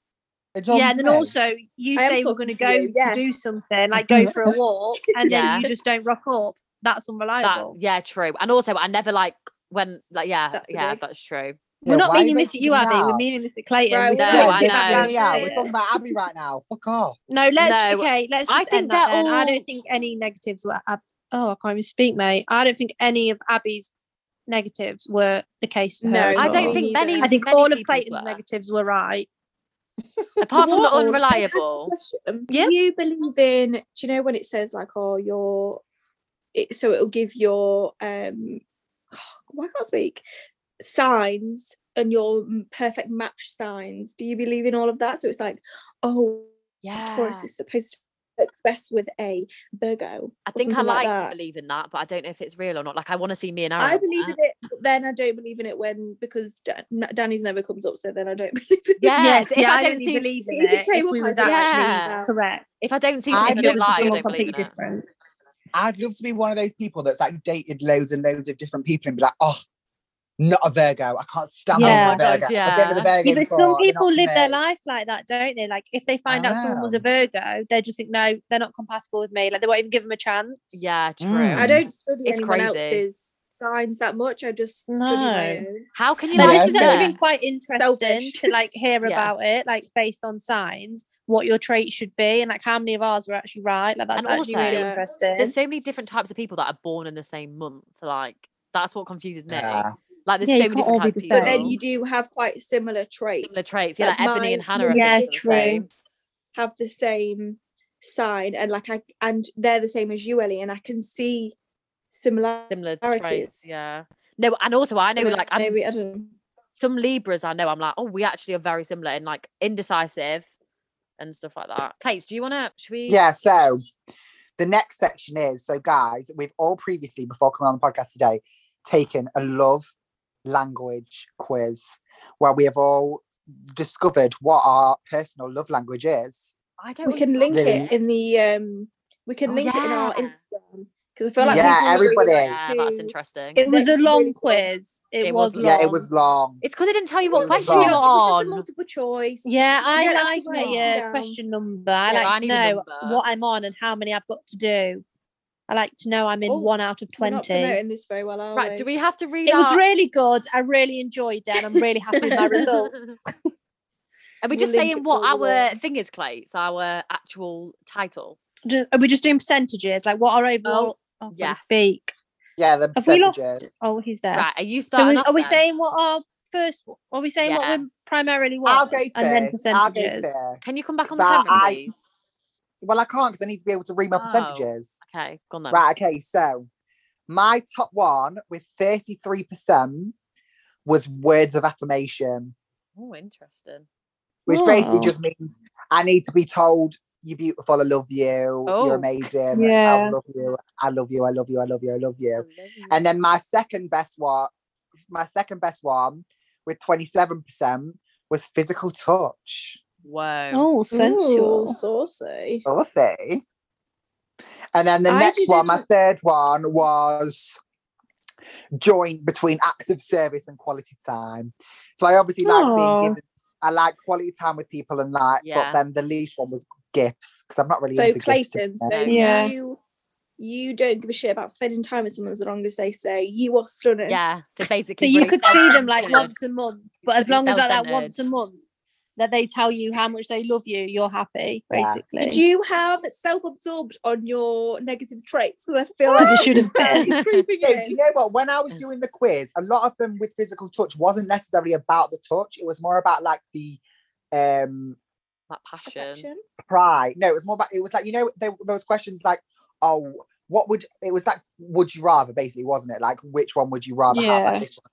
[SPEAKER 4] It's
[SPEAKER 3] yeah,
[SPEAKER 4] on
[SPEAKER 3] and then
[SPEAKER 4] me.
[SPEAKER 3] also you
[SPEAKER 1] I am
[SPEAKER 3] say we're
[SPEAKER 1] talking
[SPEAKER 3] going
[SPEAKER 1] to
[SPEAKER 3] to go
[SPEAKER 1] you, yeah.
[SPEAKER 3] to do something, like go for a walk, and
[SPEAKER 2] Yeah.
[SPEAKER 3] then you just don't rock up. That's
[SPEAKER 2] that
[SPEAKER 3] unreliable.
[SPEAKER 2] yeah true and also i never like when like yeah
[SPEAKER 1] That's the
[SPEAKER 2] yeah
[SPEAKER 1] big-
[SPEAKER 2] that's true
[SPEAKER 3] we're
[SPEAKER 4] Yeah,
[SPEAKER 3] not
[SPEAKER 4] why are you
[SPEAKER 3] meaning this at
[SPEAKER 4] making
[SPEAKER 3] you,
[SPEAKER 4] me
[SPEAKER 3] Abby. We're
[SPEAKER 4] laugh?
[SPEAKER 3] meaning this at Clayton.
[SPEAKER 1] Right,
[SPEAKER 3] we
[SPEAKER 2] No,
[SPEAKER 3] just
[SPEAKER 4] yeah,
[SPEAKER 3] need
[SPEAKER 2] I
[SPEAKER 3] to
[SPEAKER 2] know.
[SPEAKER 3] get back
[SPEAKER 4] yeah, yeah,
[SPEAKER 3] down to
[SPEAKER 4] yeah. We're
[SPEAKER 3] it.
[SPEAKER 4] talking about Abby right now. Fuck off.
[SPEAKER 3] No, let's
[SPEAKER 2] No,
[SPEAKER 3] okay. Let's
[SPEAKER 2] I
[SPEAKER 3] just
[SPEAKER 2] think
[SPEAKER 3] end that
[SPEAKER 2] they're
[SPEAKER 3] then. I
[SPEAKER 2] all-
[SPEAKER 3] don't think any negatives were. Ab- oh, I can't even speak, mate. I don't think any of Abby's negatives were the case for her.
[SPEAKER 1] No,
[SPEAKER 3] at
[SPEAKER 2] i
[SPEAKER 1] not
[SPEAKER 2] don't
[SPEAKER 3] all.
[SPEAKER 1] me
[SPEAKER 2] think
[SPEAKER 1] neither.
[SPEAKER 2] many
[SPEAKER 3] I think
[SPEAKER 2] many
[SPEAKER 3] all of
[SPEAKER 2] people's
[SPEAKER 3] Clayton's
[SPEAKER 2] were.
[SPEAKER 3] negatives were right.
[SPEAKER 2] apart from the
[SPEAKER 3] What?
[SPEAKER 2] unreliable
[SPEAKER 1] Question.
[SPEAKER 3] Yeah.
[SPEAKER 1] Do you believe in? Do you know when it says like, oh, your, it, so it'll give your um, why can't I speak signs and your m- perfect match signs. Do you believe in all of that? So it's like, oh,
[SPEAKER 2] yeah
[SPEAKER 1] Taurus is supposed to work best with a Virgo.
[SPEAKER 2] i
[SPEAKER 1] or
[SPEAKER 2] think i
[SPEAKER 1] something
[SPEAKER 2] like,
[SPEAKER 1] that.
[SPEAKER 2] to believe in that but i don't know if it's real or not like i want to see me and aaron
[SPEAKER 3] Oh,
[SPEAKER 1] I
[SPEAKER 2] on
[SPEAKER 1] believe in
[SPEAKER 2] that.
[SPEAKER 1] it, but then I don't believe in it when because Dan- Na- Danny's never comes up, so then I don't believe in it.
[SPEAKER 2] yes if
[SPEAKER 3] yeah,
[SPEAKER 2] i don't
[SPEAKER 3] really
[SPEAKER 2] see
[SPEAKER 3] believe in
[SPEAKER 1] If it
[SPEAKER 3] it.
[SPEAKER 1] came
[SPEAKER 3] If
[SPEAKER 1] up,
[SPEAKER 3] we
[SPEAKER 1] I
[SPEAKER 3] was
[SPEAKER 1] don't
[SPEAKER 3] actually
[SPEAKER 2] Yeah.
[SPEAKER 1] believe that.
[SPEAKER 3] correct,
[SPEAKER 2] if i don't see
[SPEAKER 4] I
[SPEAKER 2] something
[SPEAKER 3] if
[SPEAKER 4] I've
[SPEAKER 2] that's a
[SPEAKER 3] it was
[SPEAKER 2] lie i
[SPEAKER 3] someone
[SPEAKER 2] don't believe
[SPEAKER 3] completely
[SPEAKER 2] in it
[SPEAKER 3] different.
[SPEAKER 4] I'd love to be one of those people that's like dated loads and loads of different people and be like, oh, not a Virgo. I can't stand
[SPEAKER 2] oh
[SPEAKER 4] being
[SPEAKER 3] Yeah.
[SPEAKER 4] with
[SPEAKER 2] my
[SPEAKER 4] a Virgo.
[SPEAKER 2] god
[SPEAKER 4] I've been with a
[SPEAKER 2] yeah
[SPEAKER 4] Virgo
[SPEAKER 3] Yeah, but
[SPEAKER 4] before.
[SPEAKER 3] some
[SPEAKER 4] they're not
[SPEAKER 3] people
[SPEAKER 4] for
[SPEAKER 3] live their
[SPEAKER 4] me.
[SPEAKER 3] life like that, don't they? Like if they
[SPEAKER 4] I
[SPEAKER 3] find out someone was a
[SPEAKER 4] know.
[SPEAKER 3] Virgo, they just think no, they're not compatible with me. Like they won't even give them a chance.
[SPEAKER 2] yeah true
[SPEAKER 4] Mm.
[SPEAKER 1] I don't study
[SPEAKER 2] Um, It's
[SPEAKER 1] anyone
[SPEAKER 2] crazy.
[SPEAKER 1] else's signs that much. I just study my
[SPEAKER 3] No.
[SPEAKER 1] own.
[SPEAKER 2] how can you
[SPEAKER 3] No,
[SPEAKER 2] like
[SPEAKER 4] Yeah,
[SPEAKER 3] this is
[SPEAKER 4] so-
[SPEAKER 3] actually been
[SPEAKER 2] yeah
[SPEAKER 3] quite interesting
[SPEAKER 1] Selfish.
[SPEAKER 3] to like hear
[SPEAKER 2] Yeah.
[SPEAKER 3] about it, like based on signs, what your traits should be, and like how many of ours were actually right. Like that's
[SPEAKER 2] And
[SPEAKER 3] actually really
[SPEAKER 2] also,
[SPEAKER 1] Yeah.
[SPEAKER 3] interesting.
[SPEAKER 2] there's so many different types of people that are born in the same month like that's what confuses me
[SPEAKER 4] Yeah.
[SPEAKER 2] like there's
[SPEAKER 3] Yeah,
[SPEAKER 2] so
[SPEAKER 3] you
[SPEAKER 2] many different
[SPEAKER 3] can't all be
[SPEAKER 2] types of
[SPEAKER 3] the
[SPEAKER 2] people
[SPEAKER 1] But then
[SPEAKER 3] same.
[SPEAKER 1] you do have quite similar traits.
[SPEAKER 2] similar traits. Yeah,
[SPEAKER 1] Like
[SPEAKER 2] like Ebony and
[SPEAKER 1] my
[SPEAKER 2] Hannah, I think
[SPEAKER 3] Yeah,
[SPEAKER 2] are the
[SPEAKER 3] true.
[SPEAKER 2] same.
[SPEAKER 1] have the same sign and like I and they're the same as you, Ellie, and I can see similarities.
[SPEAKER 2] Similar traits.
[SPEAKER 1] Similarities.
[SPEAKER 2] Yeah. No, and also I know like I'm
[SPEAKER 1] Maybe I don't know.
[SPEAKER 2] some Libras I know I'm like, oh, we actually are very similar and like indecisive and stuff like that. Kate, do you wanna should we
[SPEAKER 4] Yeah, so the next section is so, guys, we've all previously, before coming on the podcast today, taken a love language quiz where we have all discovered what our personal love language is.
[SPEAKER 2] I don't
[SPEAKER 1] We can link it
[SPEAKER 4] Really?
[SPEAKER 1] in the um we can
[SPEAKER 2] Oh,
[SPEAKER 1] link it in our
[SPEAKER 2] yeah.
[SPEAKER 1] Instagram because I feel like
[SPEAKER 4] Yeah,
[SPEAKER 1] people really
[SPEAKER 4] everybody.
[SPEAKER 1] like
[SPEAKER 2] Yeah, that's
[SPEAKER 1] to-
[SPEAKER 2] interesting.
[SPEAKER 3] It was a
[SPEAKER 1] it's
[SPEAKER 3] long
[SPEAKER 1] really fun.
[SPEAKER 3] quiz. It,
[SPEAKER 2] It
[SPEAKER 3] was,
[SPEAKER 2] was
[SPEAKER 3] long.
[SPEAKER 4] Yeah, it was long.
[SPEAKER 2] It's because I didn't tell you
[SPEAKER 1] It
[SPEAKER 2] what
[SPEAKER 1] was
[SPEAKER 4] Really
[SPEAKER 2] question you
[SPEAKER 1] long.
[SPEAKER 2] were
[SPEAKER 4] long.
[SPEAKER 1] oh, It was just a
[SPEAKER 2] on.
[SPEAKER 1] multiple choice.
[SPEAKER 3] Yeah, I
[SPEAKER 1] Yeah, that's
[SPEAKER 3] like
[SPEAKER 1] what I wrote
[SPEAKER 3] a
[SPEAKER 1] down.
[SPEAKER 3] question number. I
[SPEAKER 2] Yeah,
[SPEAKER 3] like
[SPEAKER 2] I
[SPEAKER 3] to
[SPEAKER 2] need a
[SPEAKER 3] know
[SPEAKER 2] number.
[SPEAKER 3] what I'm on and how many I've got to do. I like to know I'm in
[SPEAKER 2] Oh,
[SPEAKER 3] one out of
[SPEAKER 1] We're not
[SPEAKER 3] 20.
[SPEAKER 1] promoting this very well, are
[SPEAKER 2] Right, do we have to read
[SPEAKER 3] It was
[SPEAKER 2] our-
[SPEAKER 3] really good. I really enjoyed it. And I'm really happy with my results.
[SPEAKER 2] Are we
[SPEAKER 1] We'll
[SPEAKER 2] just
[SPEAKER 1] link
[SPEAKER 2] saying
[SPEAKER 1] it
[SPEAKER 2] what
[SPEAKER 1] for you
[SPEAKER 2] our
[SPEAKER 1] all.
[SPEAKER 2] thing is, Clates? Our actual title.
[SPEAKER 3] Ju- Are we just doing percentages? Like what are overall? Oh, I can't
[SPEAKER 2] yes.
[SPEAKER 3] speak.
[SPEAKER 4] Yeah, the
[SPEAKER 3] Have we lost?
[SPEAKER 4] percentages.
[SPEAKER 3] Oh, he's there.
[SPEAKER 2] Right, are you
[SPEAKER 3] So
[SPEAKER 2] starting
[SPEAKER 3] we,
[SPEAKER 2] off
[SPEAKER 3] are we
[SPEAKER 2] then?
[SPEAKER 3] saying what our first? Are we saying
[SPEAKER 2] Yeah.
[SPEAKER 3] what we primarily was,
[SPEAKER 4] I'll go first.
[SPEAKER 3] and then
[SPEAKER 4] I'll go first.
[SPEAKER 3] percentages?
[SPEAKER 2] Can you come back on the
[SPEAKER 4] That
[SPEAKER 2] camera,
[SPEAKER 4] I-
[SPEAKER 2] please?
[SPEAKER 4] Well, I can't because I need to be able to read my
[SPEAKER 2] Oh.
[SPEAKER 4] percentages.
[SPEAKER 2] Okay, go on then.
[SPEAKER 4] Right, okay, so my top one with 33% was words of affirmation,
[SPEAKER 2] Oh, interesting.
[SPEAKER 4] which basically
[SPEAKER 3] Oh.
[SPEAKER 4] just means I need to be told, you're beautiful, I love you,
[SPEAKER 2] Oh.
[SPEAKER 4] you're amazing, I
[SPEAKER 3] Yeah.
[SPEAKER 4] love you, I love you, I love you, I love you, I love
[SPEAKER 2] I
[SPEAKER 4] you.
[SPEAKER 2] love you.
[SPEAKER 4] And then my second best one, my second best one with 27% was physical touch.
[SPEAKER 2] Whoa.
[SPEAKER 3] Oh,
[SPEAKER 1] Ooh,
[SPEAKER 3] sensual.
[SPEAKER 1] saucy.
[SPEAKER 4] We'll see. And then the
[SPEAKER 1] I
[SPEAKER 4] next one, my
[SPEAKER 1] didn't-
[SPEAKER 4] third one was joint between acts of service and quality time. So I obviously like being
[SPEAKER 3] Oh.
[SPEAKER 4] given, I like quality time with people and like,
[SPEAKER 2] Yeah.
[SPEAKER 4] but then the least one was gifts because I'm not really
[SPEAKER 1] So
[SPEAKER 4] into gifts. to be
[SPEAKER 1] Clayton,
[SPEAKER 4] fair.
[SPEAKER 1] so
[SPEAKER 3] Yeah.
[SPEAKER 1] you you don't give a shit about spending time with someone as long as they say you are stunning.
[SPEAKER 2] Yeah. So
[SPEAKER 3] So
[SPEAKER 2] basically,
[SPEAKER 3] you
[SPEAKER 2] really
[SPEAKER 3] could see them like
[SPEAKER 2] self-centered.
[SPEAKER 3] once a month, but as
[SPEAKER 2] Really
[SPEAKER 3] long as like that
[SPEAKER 2] self-centered.
[SPEAKER 3] once a month, that they tell you how much they love you, you're happy,
[SPEAKER 8] Yeah.
[SPEAKER 3] basically.
[SPEAKER 1] Did you have self-absorbed on your negative traits? Because I feel like
[SPEAKER 3] As you should have
[SPEAKER 1] it's
[SPEAKER 3] been.
[SPEAKER 1] creeping
[SPEAKER 4] Babe, do
[SPEAKER 1] in.
[SPEAKER 4] you know what? When I was doing the quiz, a lot of them with physical touch wasn't necessarily about the touch. It was more about like the um
[SPEAKER 2] That passion.
[SPEAKER 1] Affection.
[SPEAKER 4] pride. No, it was more about it was like you know they, those questions like oh what would it was like would you rather basically wasn't it like which one would you rather have
[SPEAKER 3] Yeah.
[SPEAKER 4] like this one?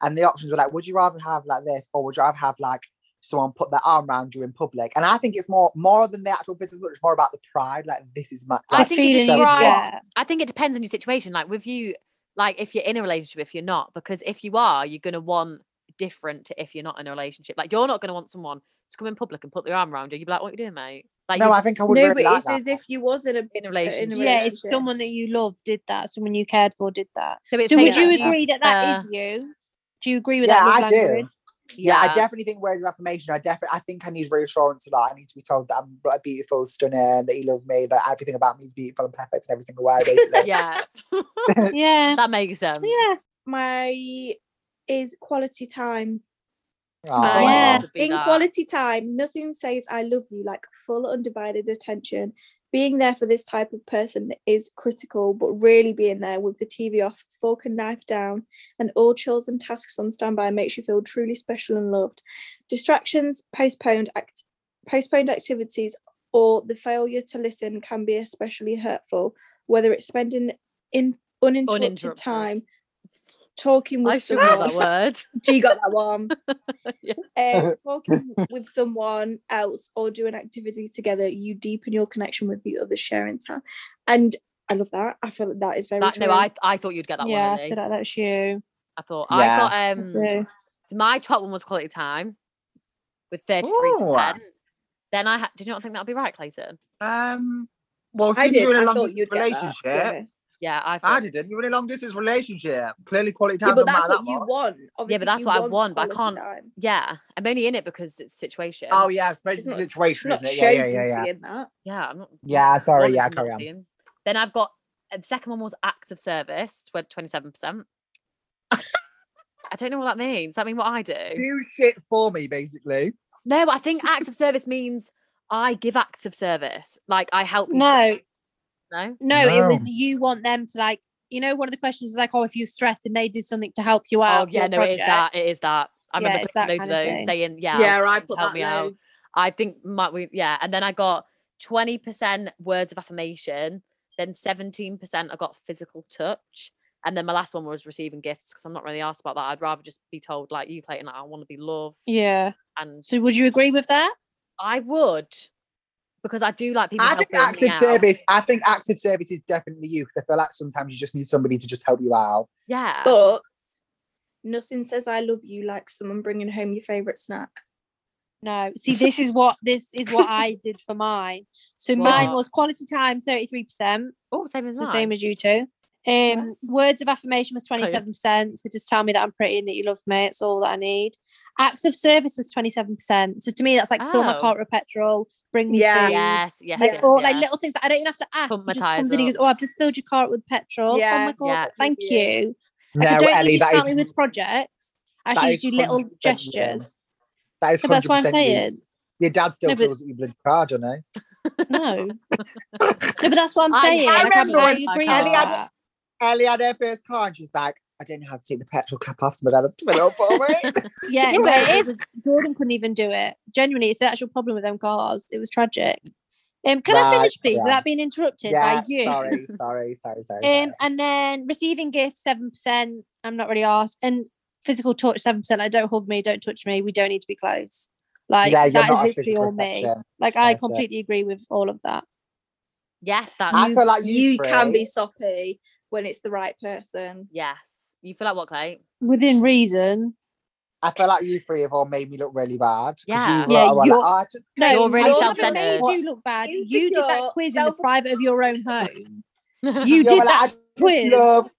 [SPEAKER 4] And the options were like would you rather have like this or would you rather have like someone put their arm around you in public? And I think it's more more than the actual physical touch, it's more about the pride. Like this is my
[SPEAKER 2] I
[SPEAKER 4] like,
[SPEAKER 2] think it
[SPEAKER 4] so
[SPEAKER 2] describes-
[SPEAKER 4] what?
[SPEAKER 2] I think it depends on your situation. Like with you, like if you're in a relationship, if you're not, because if you are, you're gonna want different to if you're not in a relationship. Like you're not gonna want someone to come in public and put their arm around you. You'd be like, "What are you doing, mate?" Like
[SPEAKER 4] No,
[SPEAKER 2] you're
[SPEAKER 4] I think I would
[SPEAKER 1] No,
[SPEAKER 4] really
[SPEAKER 1] but
[SPEAKER 4] like
[SPEAKER 1] it's
[SPEAKER 4] that.
[SPEAKER 1] as if you was in a
[SPEAKER 2] in a relationship.
[SPEAKER 1] in a
[SPEAKER 3] Yeah, it's
[SPEAKER 1] relationship.
[SPEAKER 3] someone that you love did that, someone you cared for did that.
[SPEAKER 2] So, it's
[SPEAKER 3] So
[SPEAKER 2] saying
[SPEAKER 3] would you
[SPEAKER 2] that you-
[SPEAKER 3] agree that that is
[SPEAKER 2] uh,
[SPEAKER 3] you? Do you agree with
[SPEAKER 4] yeah,
[SPEAKER 3] that
[SPEAKER 4] I
[SPEAKER 3] love
[SPEAKER 4] do.
[SPEAKER 3] language?
[SPEAKER 4] yeah, I
[SPEAKER 2] yeah.
[SPEAKER 4] definitely think words of affirmation. I definitely, I think I need reassurance a lot. I need to be told that I'm like, beautiful, stunning, that he loves me, that everything about me is beautiful and perfect in every single way. Basically,
[SPEAKER 2] yeah,
[SPEAKER 3] Yeah.
[SPEAKER 2] Um, that makes sense.
[SPEAKER 3] Yeah.
[SPEAKER 1] My is quality time.
[SPEAKER 4] Aw.
[SPEAKER 2] Mine
[SPEAKER 3] Yeah.
[SPEAKER 2] also be
[SPEAKER 1] In
[SPEAKER 2] that.
[SPEAKER 1] quality time, nothing says I love you like full undivided attention. Being there for this type of person is critical, but really being there with the TV off, fork and knife down, and all chores and tasks on standby makes you feel truly special and loved. Distractions, postponed act- postponed activities, or the failure to listen can be especially hurtful, whether it's spending in uninterrupted,
[SPEAKER 2] Uninterrupted.
[SPEAKER 1] time talking
[SPEAKER 2] I
[SPEAKER 1] with
[SPEAKER 2] should know
[SPEAKER 1] someone.
[SPEAKER 2] that word.
[SPEAKER 1] She got that one
[SPEAKER 2] Yeah.
[SPEAKER 1] um, talking with someone else or doing activities together, you deepen your connection with the other sharing time. And I love that. I feel like that is very
[SPEAKER 2] That,
[SPEAKER 1] true.
[SPEAKER 2] no, I I thought you'd get that one.
[SPEAKER 3] yeah, I
[SPEAKER 2] Ellie.
[SPEAKER 3] feel like that's you.
[SPEAKER 2] I thought
[SPEAKER 4] Yeah.
[SPEAKER 2] I got
[SPEAKER 3] I
[SPEAKER 2] um.
[SPEAKER 3] do.
[SPEAKER 2] So my top one was quality time with 33%. Then I had, did you not think that'd be right, Clayton?
[SPEAKER 4] um, well,
[SPEAKER 1] I
[SPEAKER 4] since you're
[SPEAKER 1] did.
[SPEAKER 4] in a long
[SPEAKER 1] I thought
[SPEAKER 4] distance
[SPEAKER 1] you'd get that. To be
[SPEAKER 4] relationship,
[SPEAKER 1] honest.
[SPEAKER 2] Yeah, I
[SPEAKER 4] I
[SPEAKER 2] thought.
[SPEAKER 4] didn't. You're in a long distance relationship. Clearly, quality time
[SPEAKER 1] Yeah, but
[SPEAKER 4] don't
[SPEAKER 1] that's
[SPEAKER 4] matter
[SPEAKER 1] what
[SPEAKER 4] that
[SPEAKER 1] you
[SPEAKER 4] much.
[SPEAKER 1] want. Obviously,
[SPEAKER 2] that's
[SPEAKER 1] she
[SPEAKER 2] what I
[SPEAKER 1] wants
[SPEAKER 2] want, but I
[SPEAKER 1] quality
[SPEAKER 2] can't-
[SPEAKER 1] Time.
[SPEAKER 2] Yeah, I'm only in it because it's situation.
[SPEAKER 4] Oh yeah, I suppose it's
[SPEAKER 1] It's
[SPEAKER 4] the
[SPEAKER 1] not- She's
[SPEAKER 4] situation,
[SPEAKER 1] not
[SPEAKER 4] isn't it? Yeah, yeah,
[SPEAKER 1] chosen
[SPEAKER 4] yeah,
[SPEAKER 1] to
[SPEAKER 4] yeah.
[SPEAKER 1] be in that.
[SPEAKER 2] Yeah, I'm not.
[SPEAKER 4] Yeah, sorry,
[SPEAKER 2] wanted
[SPEAKER 4] yeah,
[SPEAKER 2] to not
[SPEAKER 4] carry on.
[SPEAKER 2] see him. Then I've got uh, the second one was acts of service, went 27%. I don't know what that means. Does that mean what I do?
[SPEAKER 4] Do shit for me, basically.
[SPEAKER 2] No, I think acts of service means I give acts of service. Like I help. people,
[SPEAKER 3] No,
[SPEAKER 2] No.
[SPEAKER 3] no, it was
[SPEAKER 4] No.
[SPEAKER 3] you want them to like, you know, one of the questions is like, oh, if you're stressed and they did something to help you out.
[SPEAKER 2] Oh
[SPEAKER 3] for
[SPEAKER 2] yeah,
[SPEAKER 3] your
[SPEAKER 2] no, it is
[SPEAKER 3] project.
[SPEAKER 2] that. It is that. I remember
[SPEAKER 3] Yeah, it's
[SPEAKER 2] clicking
[SPEAKER 3] that
[SPEAKER 2] loads of
[SPEAKER 3] kind of
[SPEAKER 2] those
[SPEAKER 3] thing.
[SPEAKER 2] saying, "Yeah,
[SPEAKER 1] Yeah,
[SPEAKER 2] I'll
[SPEAKER 1] I
[SPEAKER 2] to
[SPEAKER 1] put
[SPEAKER 2] help
[SPEAKER 1] that
[SPEAKER 2] me out."
[SPEAKER 1] loads.
[SPEAKER 2] I think might we yeah, and then I got twenty percent words of affirmation, then seventeen percent I got physical touch, and then my last one was receiving gifts because I'm not really asked about that. I'd rather just be told like you, Clayton, like, I want to be loved,
[SPEAKER 3] Yeah.
[SPEAKER 2] and
[SPEAKER 3] So would you agree with that?
[SPEAKER 2] I would because I do like people
[SPEAKER 4] I think
[SPEAKER 2] helping
[SPEAKER 4] acts
[SPEAKER 2] me
[SPEAKER 4] of
[SPEAKER 2] out.
[SPEAKER 4] service. I think acts of service is definitely you because I feel like sometimes you just need somebody to just help you out.
[SPEAKER 2] Yeah,
[SPEAKER 1] But nothing says I love you like someone bringing home your favorite snack.
[SPEAKER 3] No. See, this is what this is what I did for mine. So mine
[SPEAKER 2] What?
[SPEAKER 3] was quality time, thirty-three percent.
[SPEAKER 2] oh, same as
[SPEAKER 3] It's the
[SPEAKER 2] mine.
[SPEAKER 3] same as you two. Um, words of affirmation was
[SPEAKER 2] yeah.
[SPEAKER 3] 27%. So just tell me that I'm pretty and that you love me. It's all that I need. Acts of service was 27%. So to me, that's like fill my
[SPEAKER 2] Oh.
[SPEAKER 3] cart with petrol, bring me
[SPEAKER 1] Yeah.
[SPEAKER 3] food.
[SPEAKER 2] yes, yes,
[SPEAKER 3] Like,
[SPEAKER 2] yes,
[SPEAKER 3] all,
[SPEAKER 2] yes.
[SPEAKER 3] like little things that I don't even have to ask.
[SPEAKER 2] Pump
[SPEAKER 3] He
[SPEAKER 2] my
[SPEAKER 3] just
[SPEAKER 2] tyres
[SPEAKER 3] comes in and he
[SPEAKER 2] up.
[SPEAKER 3] goes, Oh, I've just filled your cart with petrol. Oh
[SPEAKER 1] Yeah,
[SPEAKER 3] my God,
[SPEAKER 2] yeah.
[SPEAKER 3] thank
[SPEAKER 1] With you.
[SPEAKER 3] you.
[SPEAKER 4] No,
[SPEAKER 3] I don't
[SPEAKER 4] Ellie,
[SPEAKER 3] need you
[SPEAKER 4] that
[SPEAKER 3] to help
[SPEAKER 4] is
[SPEAKER 3] me with projects. I
[SPEAKER 4] that
[SPEAKER 3] actually
[SPEAKER 4] is
[SPEAKER 3] do little
[SPEAKER 4] 100% you.
[SPEAKER 3] gestures.
[SPEAKER 4] that is
[SPEAKER 3] No, but that's
[SPEAKER 4] hundred
[SPEAKER 3] what I'm
[SPEAKER 4] percent you.
[SPEAKER 3] saying.
[SPEAKER 4] Your dad still
[SPEAKER 3] No, but-
[SPEAKER 4] feels that you blood card, don't know.
[SPEAKER 3] No. no, but that's what I'm
[SPEAKER 2] I
[SPEAKER 3] saying.
[SPEAKER 2] hate
[SPEAKER 3] I,
[SPEAKER 2] when
[SPEAKER 3] can't
[SPEAKER 2] people
[SPEAKER 3] really
[SPEAKER 2] hate my
[SPEAKER 3] agree
[SPEAKER 2] car.
[SPEAKER 3] with
[SPEAKER 4] Ellie, I-
[SPEAKER 3] that.
[SPEAKER 4] Ellie had her first car and she's like, I don't know how to take the petrol cap off, so my dad has to fill it up for me.
[SPEAKER 3] Yeah,
[SPEAKER 2] Yeah,
[SPEAKER 3] no,
[SPEAKER 2] but it
[SPEAKER 3] it
[SPEAKER 2] is-
[SPEAKER 3] was Jordan couldn't even do it. Genuinely, it's the actual problem with them cars. It was tragic. Um, can I
[SPEAKER 4] Right,
[SPEAKER 3] finish, please,
[SPEAKER 4] yeah.
[SPEAKER 3] without being interrupted
[SPEAKER 4] yeah,
[SPEAKER 3] by you?
[SPEAKER 4] sorry, sorry, sorry, sorry. sorry.
[SPEAKER 3] Um, and then receiving gifts seven percent. I'm not really asked. And physical touch seven percent. Like, don't hug me, don't touch me. We don't need to be close. Like
[SPEAKER 4] yeah, you're
[SPEAKER 3] that is
[SPEAKER 4] not a
[SPEAKER 3] literally
[SPEAKER 4] physical
[SPEAKER 3] all me.
[SPEAKER 4] affection.
[SPEAKER 3] Like I
[SPEAKER 4] person.
[SPEAKER 3] completely agree with all of that.
[SPEAKER 2] Yes, that's
[SPEAKER 4] I feel like you
[SPEAKER 1] you can
[SPEAKER 4] three-
[SPEAKER 1] be soppy when it's the right person.
[SPEAKER 2] yes. You feel like what, Clay?
[SPEAKER 3] Within reason.
[SPEAKER 4] I feel like you three have all made me look really bad. 'cause
[SPEAKER 2] Yeah.
[SPEAKER 4] you
[SPEAKER 3] Yeah,
[SPEAKER 4] were, were
[SPEAKER 3] you're-
[SPEAKER 4] like, "Oh, I just
[SPEAKER 2] You're really
[SPEAKER 3] you haven't
[SPEAKER 2] self-centered.
[SPEAKER 3] made you look bad. you did
[SPEAKER 1] Insecure,
[SPEAKER 3] that quiz in the
[SPEAKER 1] self-
[SPEAKER 3] private of your own home. You
[SPEAKER 4] Yeah,
[SPEAKER 3] did
[SPEAKER 4] well,
[SPEAKER 3] that
[SPEAKER 4] I just
[SPEAKER 3] quiz.
[SPEAKER 4] love,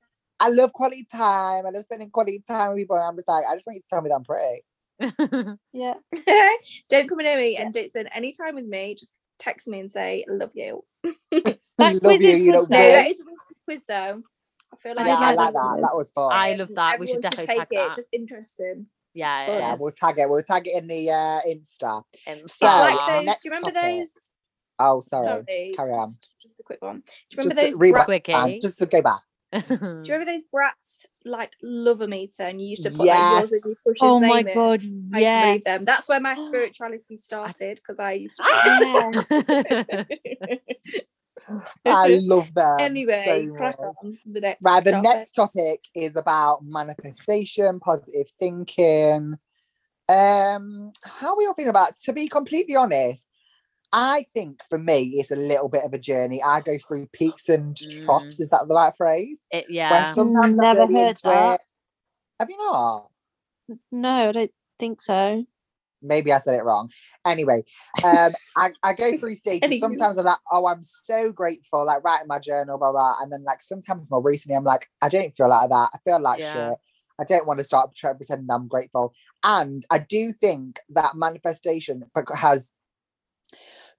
[SPEAKER 4] I love quality time. I love spending quality time with people. And I'm just like, I just want you to tell me that I'm pretty.
[SPEAKER 3] Yeah.
[SPEAKER 1] don't come near me and don't spend any time with me. Just text me and say love you.
[SPEAKER 3] That
[SPEAKER 4] love
[SPEAKER 3] quiz
[SPEAKER 4] you.
[SPEAKER 3] is
[SPEAKER 4] You
[SPEAKER 3] good,
[SPEAKER 4] look
[SPEAKER 3] though.
[SPEAKER 1] No,
[SPEAKER 3] Yeah.
[SPEAKER 1] that
[SPEAKER 4] great.
[SPEAKER 1] is a really good quiz though. I feel
[SPEAKER 3] I
[SPEAKER 1] like
[SPEAKER 4] Yeah,
[SPEAKER 3] did
[SPEAKER 4] I
[SPEAKER 3] like
[SPEAKER 4] like
[SPEAKER 3] that
[SPEAKER 4] that.
[SPEAKER 3] quiz.
[SPEAKER 4] That was fun.
[SPEAKER 2] I love that. We should
[SPEAKER 1] everyone
[SPEAKER 2] definitely
[SPEAKER 1] take
[SPEAKER 2] tag
[SPEAKER 1] it.
[SPEAKER 2] that.
[SPEAKER 1] It's interesting.
[SPEAKER 2] Yeah,
[SPEAKER 1] good.
[SPEAKER 2] it
[SPEAKER 4] Yeah,
[SPEAKER 2] is.
[SPEAKER 4] we'll tag it. We'll tag it in the uh, Insta.
[SPEAKER 2] Um,
[SPEAKER 4] So,
[SPEAKER 1] It's like
[SPEAKER 4] our
[SPEAKER 1] those.
[SPEAKER 4] next
[SPEAKER 1] Do you remember
[SPEAKER 4] topic-
[SPEAKER 1] those?
[SPEAKER 4] Oh, sorry. Carry on.
[SPEAKER 1] Just, just a quick one. Do you remember
[SPEAKER 4] just
[SPEAKER 1] those?
[SPEAKER 4] to re-
[SPEAKER 1] Brat,
[SPEAKER 2] Quickie.
[SPEAKER 4] and just to go back.
[SPEAKER 1] do you remember those brats like lover meter and you used to put like yours and you
[SPEAKER 4] Yes.
[SPEAKER 1] push his
[SPEAKER 9] Oh my
[SPEAKER 1] name in?
[SPEAKER 9] god,
[SPEAKER 1] I used to
[SPEAKER 9] yeah.
[SPEAKER 1] believe them. That's where my spirituality started because I used
[SPEAKER 4] Ah!
[SPEAKER 9] yeah.
[SPEAKER 2] remember?
[SPEAKER 1] to.
[SPEAKER 4] I love them.
[SPEAKER 1] anyway,
[SPEAKER 4] so
[SPEAKER 1] crack
[SPEAKER 4] much.
[SPEAKER 1] on the next.
[SPEAKER 4] Right, the
[SPEAKER 1] topic.
[SPEAKER 4] next topic is about manifestation, positive thinking. Um, how are we all feeling about? To be completely honest, I think for me it's a little bit of a journey. I go through peaks and troughs. Is that the right phrase?
[SPEAKER 2] it,
[SPEAKER 4] Where
[SPEAKER 2] yeah.
[SPEAKER 4] sometimes I'm
[SPEAKER 9] Never
[SPEAKER 4] really
[SPEAKER 9] heard
[SPEAKER 4] into it.
[SPEAKER 9] that.
[SPEAKER 4] Have you not?
[SPEAKER 9] No, I don't think so.
[SPEAKER 4] maybe I said it wrong. Anyway, um, I, I go through
[SPEAKER 1] Anywho.
[SPEAKER 4] stages. Sometimes I'm like, oh, I'm so grateful, like writing my journal, blah, blah. And then like sometimes more recently, I'm like, I don't feel like that. I feel like
[SPEAKER 2] Yeah.
[SPEAKER 4] shit. I don't want to start pre- pretending I'm grateful. And I do think that manifestation bec- has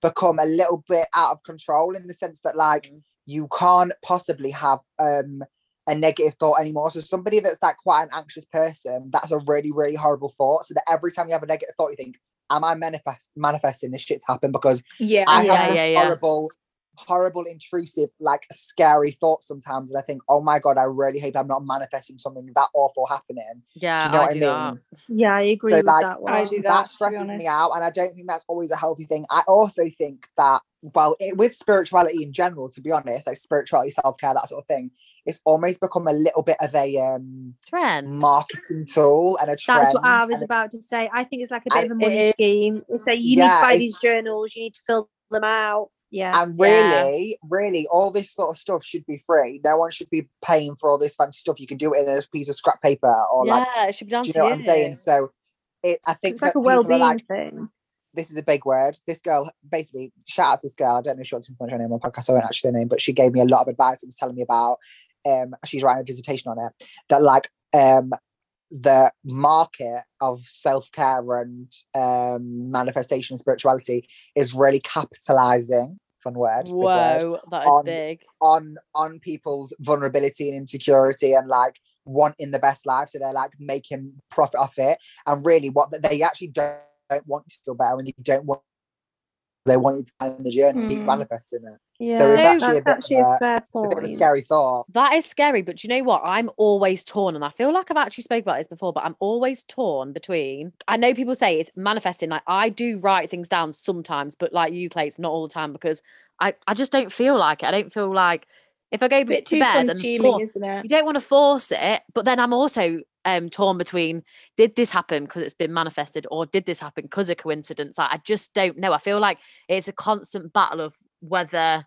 [SPEAKER 4] become a little bit out of control in the sense that like
[SPEAKER 2] Mm.
[SPEAKER 4] you can't possibly have um a negative thought anymore. So somebody that's like quite an anxious person, that's a really, really horrible thought. So that every time you have a negative thought, you think, Am I manifest manifesting this shit to happen? Because
[SPEAKER 1] Yeah.
[SPEAKER 4] I
[SPEAKER 2] Yeah,
[SPEAKER 4] have some
[SPEAKER 2] yeah, yeah.
[SPEAKER 4] horrible, horrible, intrusive, like scary thoughts sometimes. And I think, oh my God, I really hope I'm not manifesting something that awful happening.
[SPEAKER 2] Yeah,
[SPEAKER 4] Do you know
[SPEAKER 2] I
[SPEAKER 4] what I
[SPEAKER 2] do
[SPEAKER 4] mean?
[SPEAKER 2] that.
[SPEAKER 3] Yeah, I agree
[SPEAKER 4] So,
[SPEAKER 3] with
[SPEAKER 4] like,
[SPEAKER 3] that one.
[SPEAKER 1] I do that,
[SPEAKER 4] that
[SPEAKER 1] to be
[SPEAKER 4] stresses me
[SPEAKER 1] honest.
[SPEAKER 4] out and i don't think that's always a healthy thing i also think that well it, with spirituality in general to be honest like spirituality self-care that sort of thing it's almost become a little bit of a um
[SPEAKER 2] Trend.
[SPEAKER 4] marketing tool and a trend
[SPEAKER 9] That's what I was
[SPEAKER 4] and it-
[SPEAKER 9] about to say. I think it's like a bit
[SPEAKER 4] And
[SPEAKER 9] of a
[SPEAKER 4] it
[SPEAKER 9] money
[SPEAKER 4] is-
[SPEAKER 9] scheme. It's like you need
[SPEAKER 4] Yeah,
[SPEAKER 9] to buy
[SPEAKER 4] it's-
[SPEAKER 9] these journals, you need to fill them out. Yeah.
[SPEAKER 4] and
[SPEAKER 2] Yeah.
[SPEAKER 4] really really all this sort of stuff should be free no one should be paying for all this fancy stuff you can do it in a piece of scrap paper or like
[SPEAKER 2] yeah, it should be down
[SPEAKER 4] do you
[SPEAKER 2] to
[SPEAKER 4] know what i'm saying so it, i think
[SPEAKER 3] It's like
[SPEAKER 4] that
[SPEAKER 3] a
[SPEAKER 4] people are like
[SPEAKER 3] well-being thing.
[SPEAKER 4] this is a big word. This girl basically shout out to this girl. I don't know if she wants me to put her name on the podcast. I won't actually say her name, but she gave me a lot of advice and was telling me about um she's writing a dissertation on it that like um the market of self-care and um manifestation and spirituality is really capitalizing, fun word, big word,
[SPEAKER 2] Whoa, that is
[SPEAKER 4] on-
[SPEAKER 2] big.
[SPEAKER 4] on on people's vulnerability and insecurity and like wanting the best life. So they're like making profit off it. And really what th- they actually don't, don't want to feel better and they don't want they want you to find the journey, keep
[SPEAKER 1] Mm.
[SPEAKER 4] manifesting it.
[SPEAKER 3] Yeah,
[SPEAKER 4] So it's
[SPEAKER 2] No,
[SPEAKER 4] actually a
[SPEAKER 3] that's
[SPEAKER 4] bit
[SPEAKER 3] actually
[SPEAKER 4] of
[SPEAKER 3] a
[SPEAKER 4] a,
[SPEAKER 3] fair
[SPEAKER 4] it's a bit of a
[SPEAKER 3] point.
[SPEAKER 4] scary thought.
[SPEAKER 2] That is scary, but do you know what? I'm always torn, and I feel like I've actually spoke about this before, but I'm always torn between. I know people say it's manifesting. Like I do write things down sometimes, but like you, Clay, it's not all the time because I I just don't feel like it. I don't feel like if I go b-
[SPEAKER 1] bit
[SPEAKER 2] to
[SPEAKER 1] too
[SPEAKER 2] bed and
[SPEAKER 1] consuming,
[SPEAKER 2] for-
[SPEAKER 1] isn't it?
[SPEAKER 2] you don't want to force it, but then I'm also um torn between did this happen because it's been manifested or did this happen because of coincidence? Like I just don't know. I feel like it's a constant battle of whether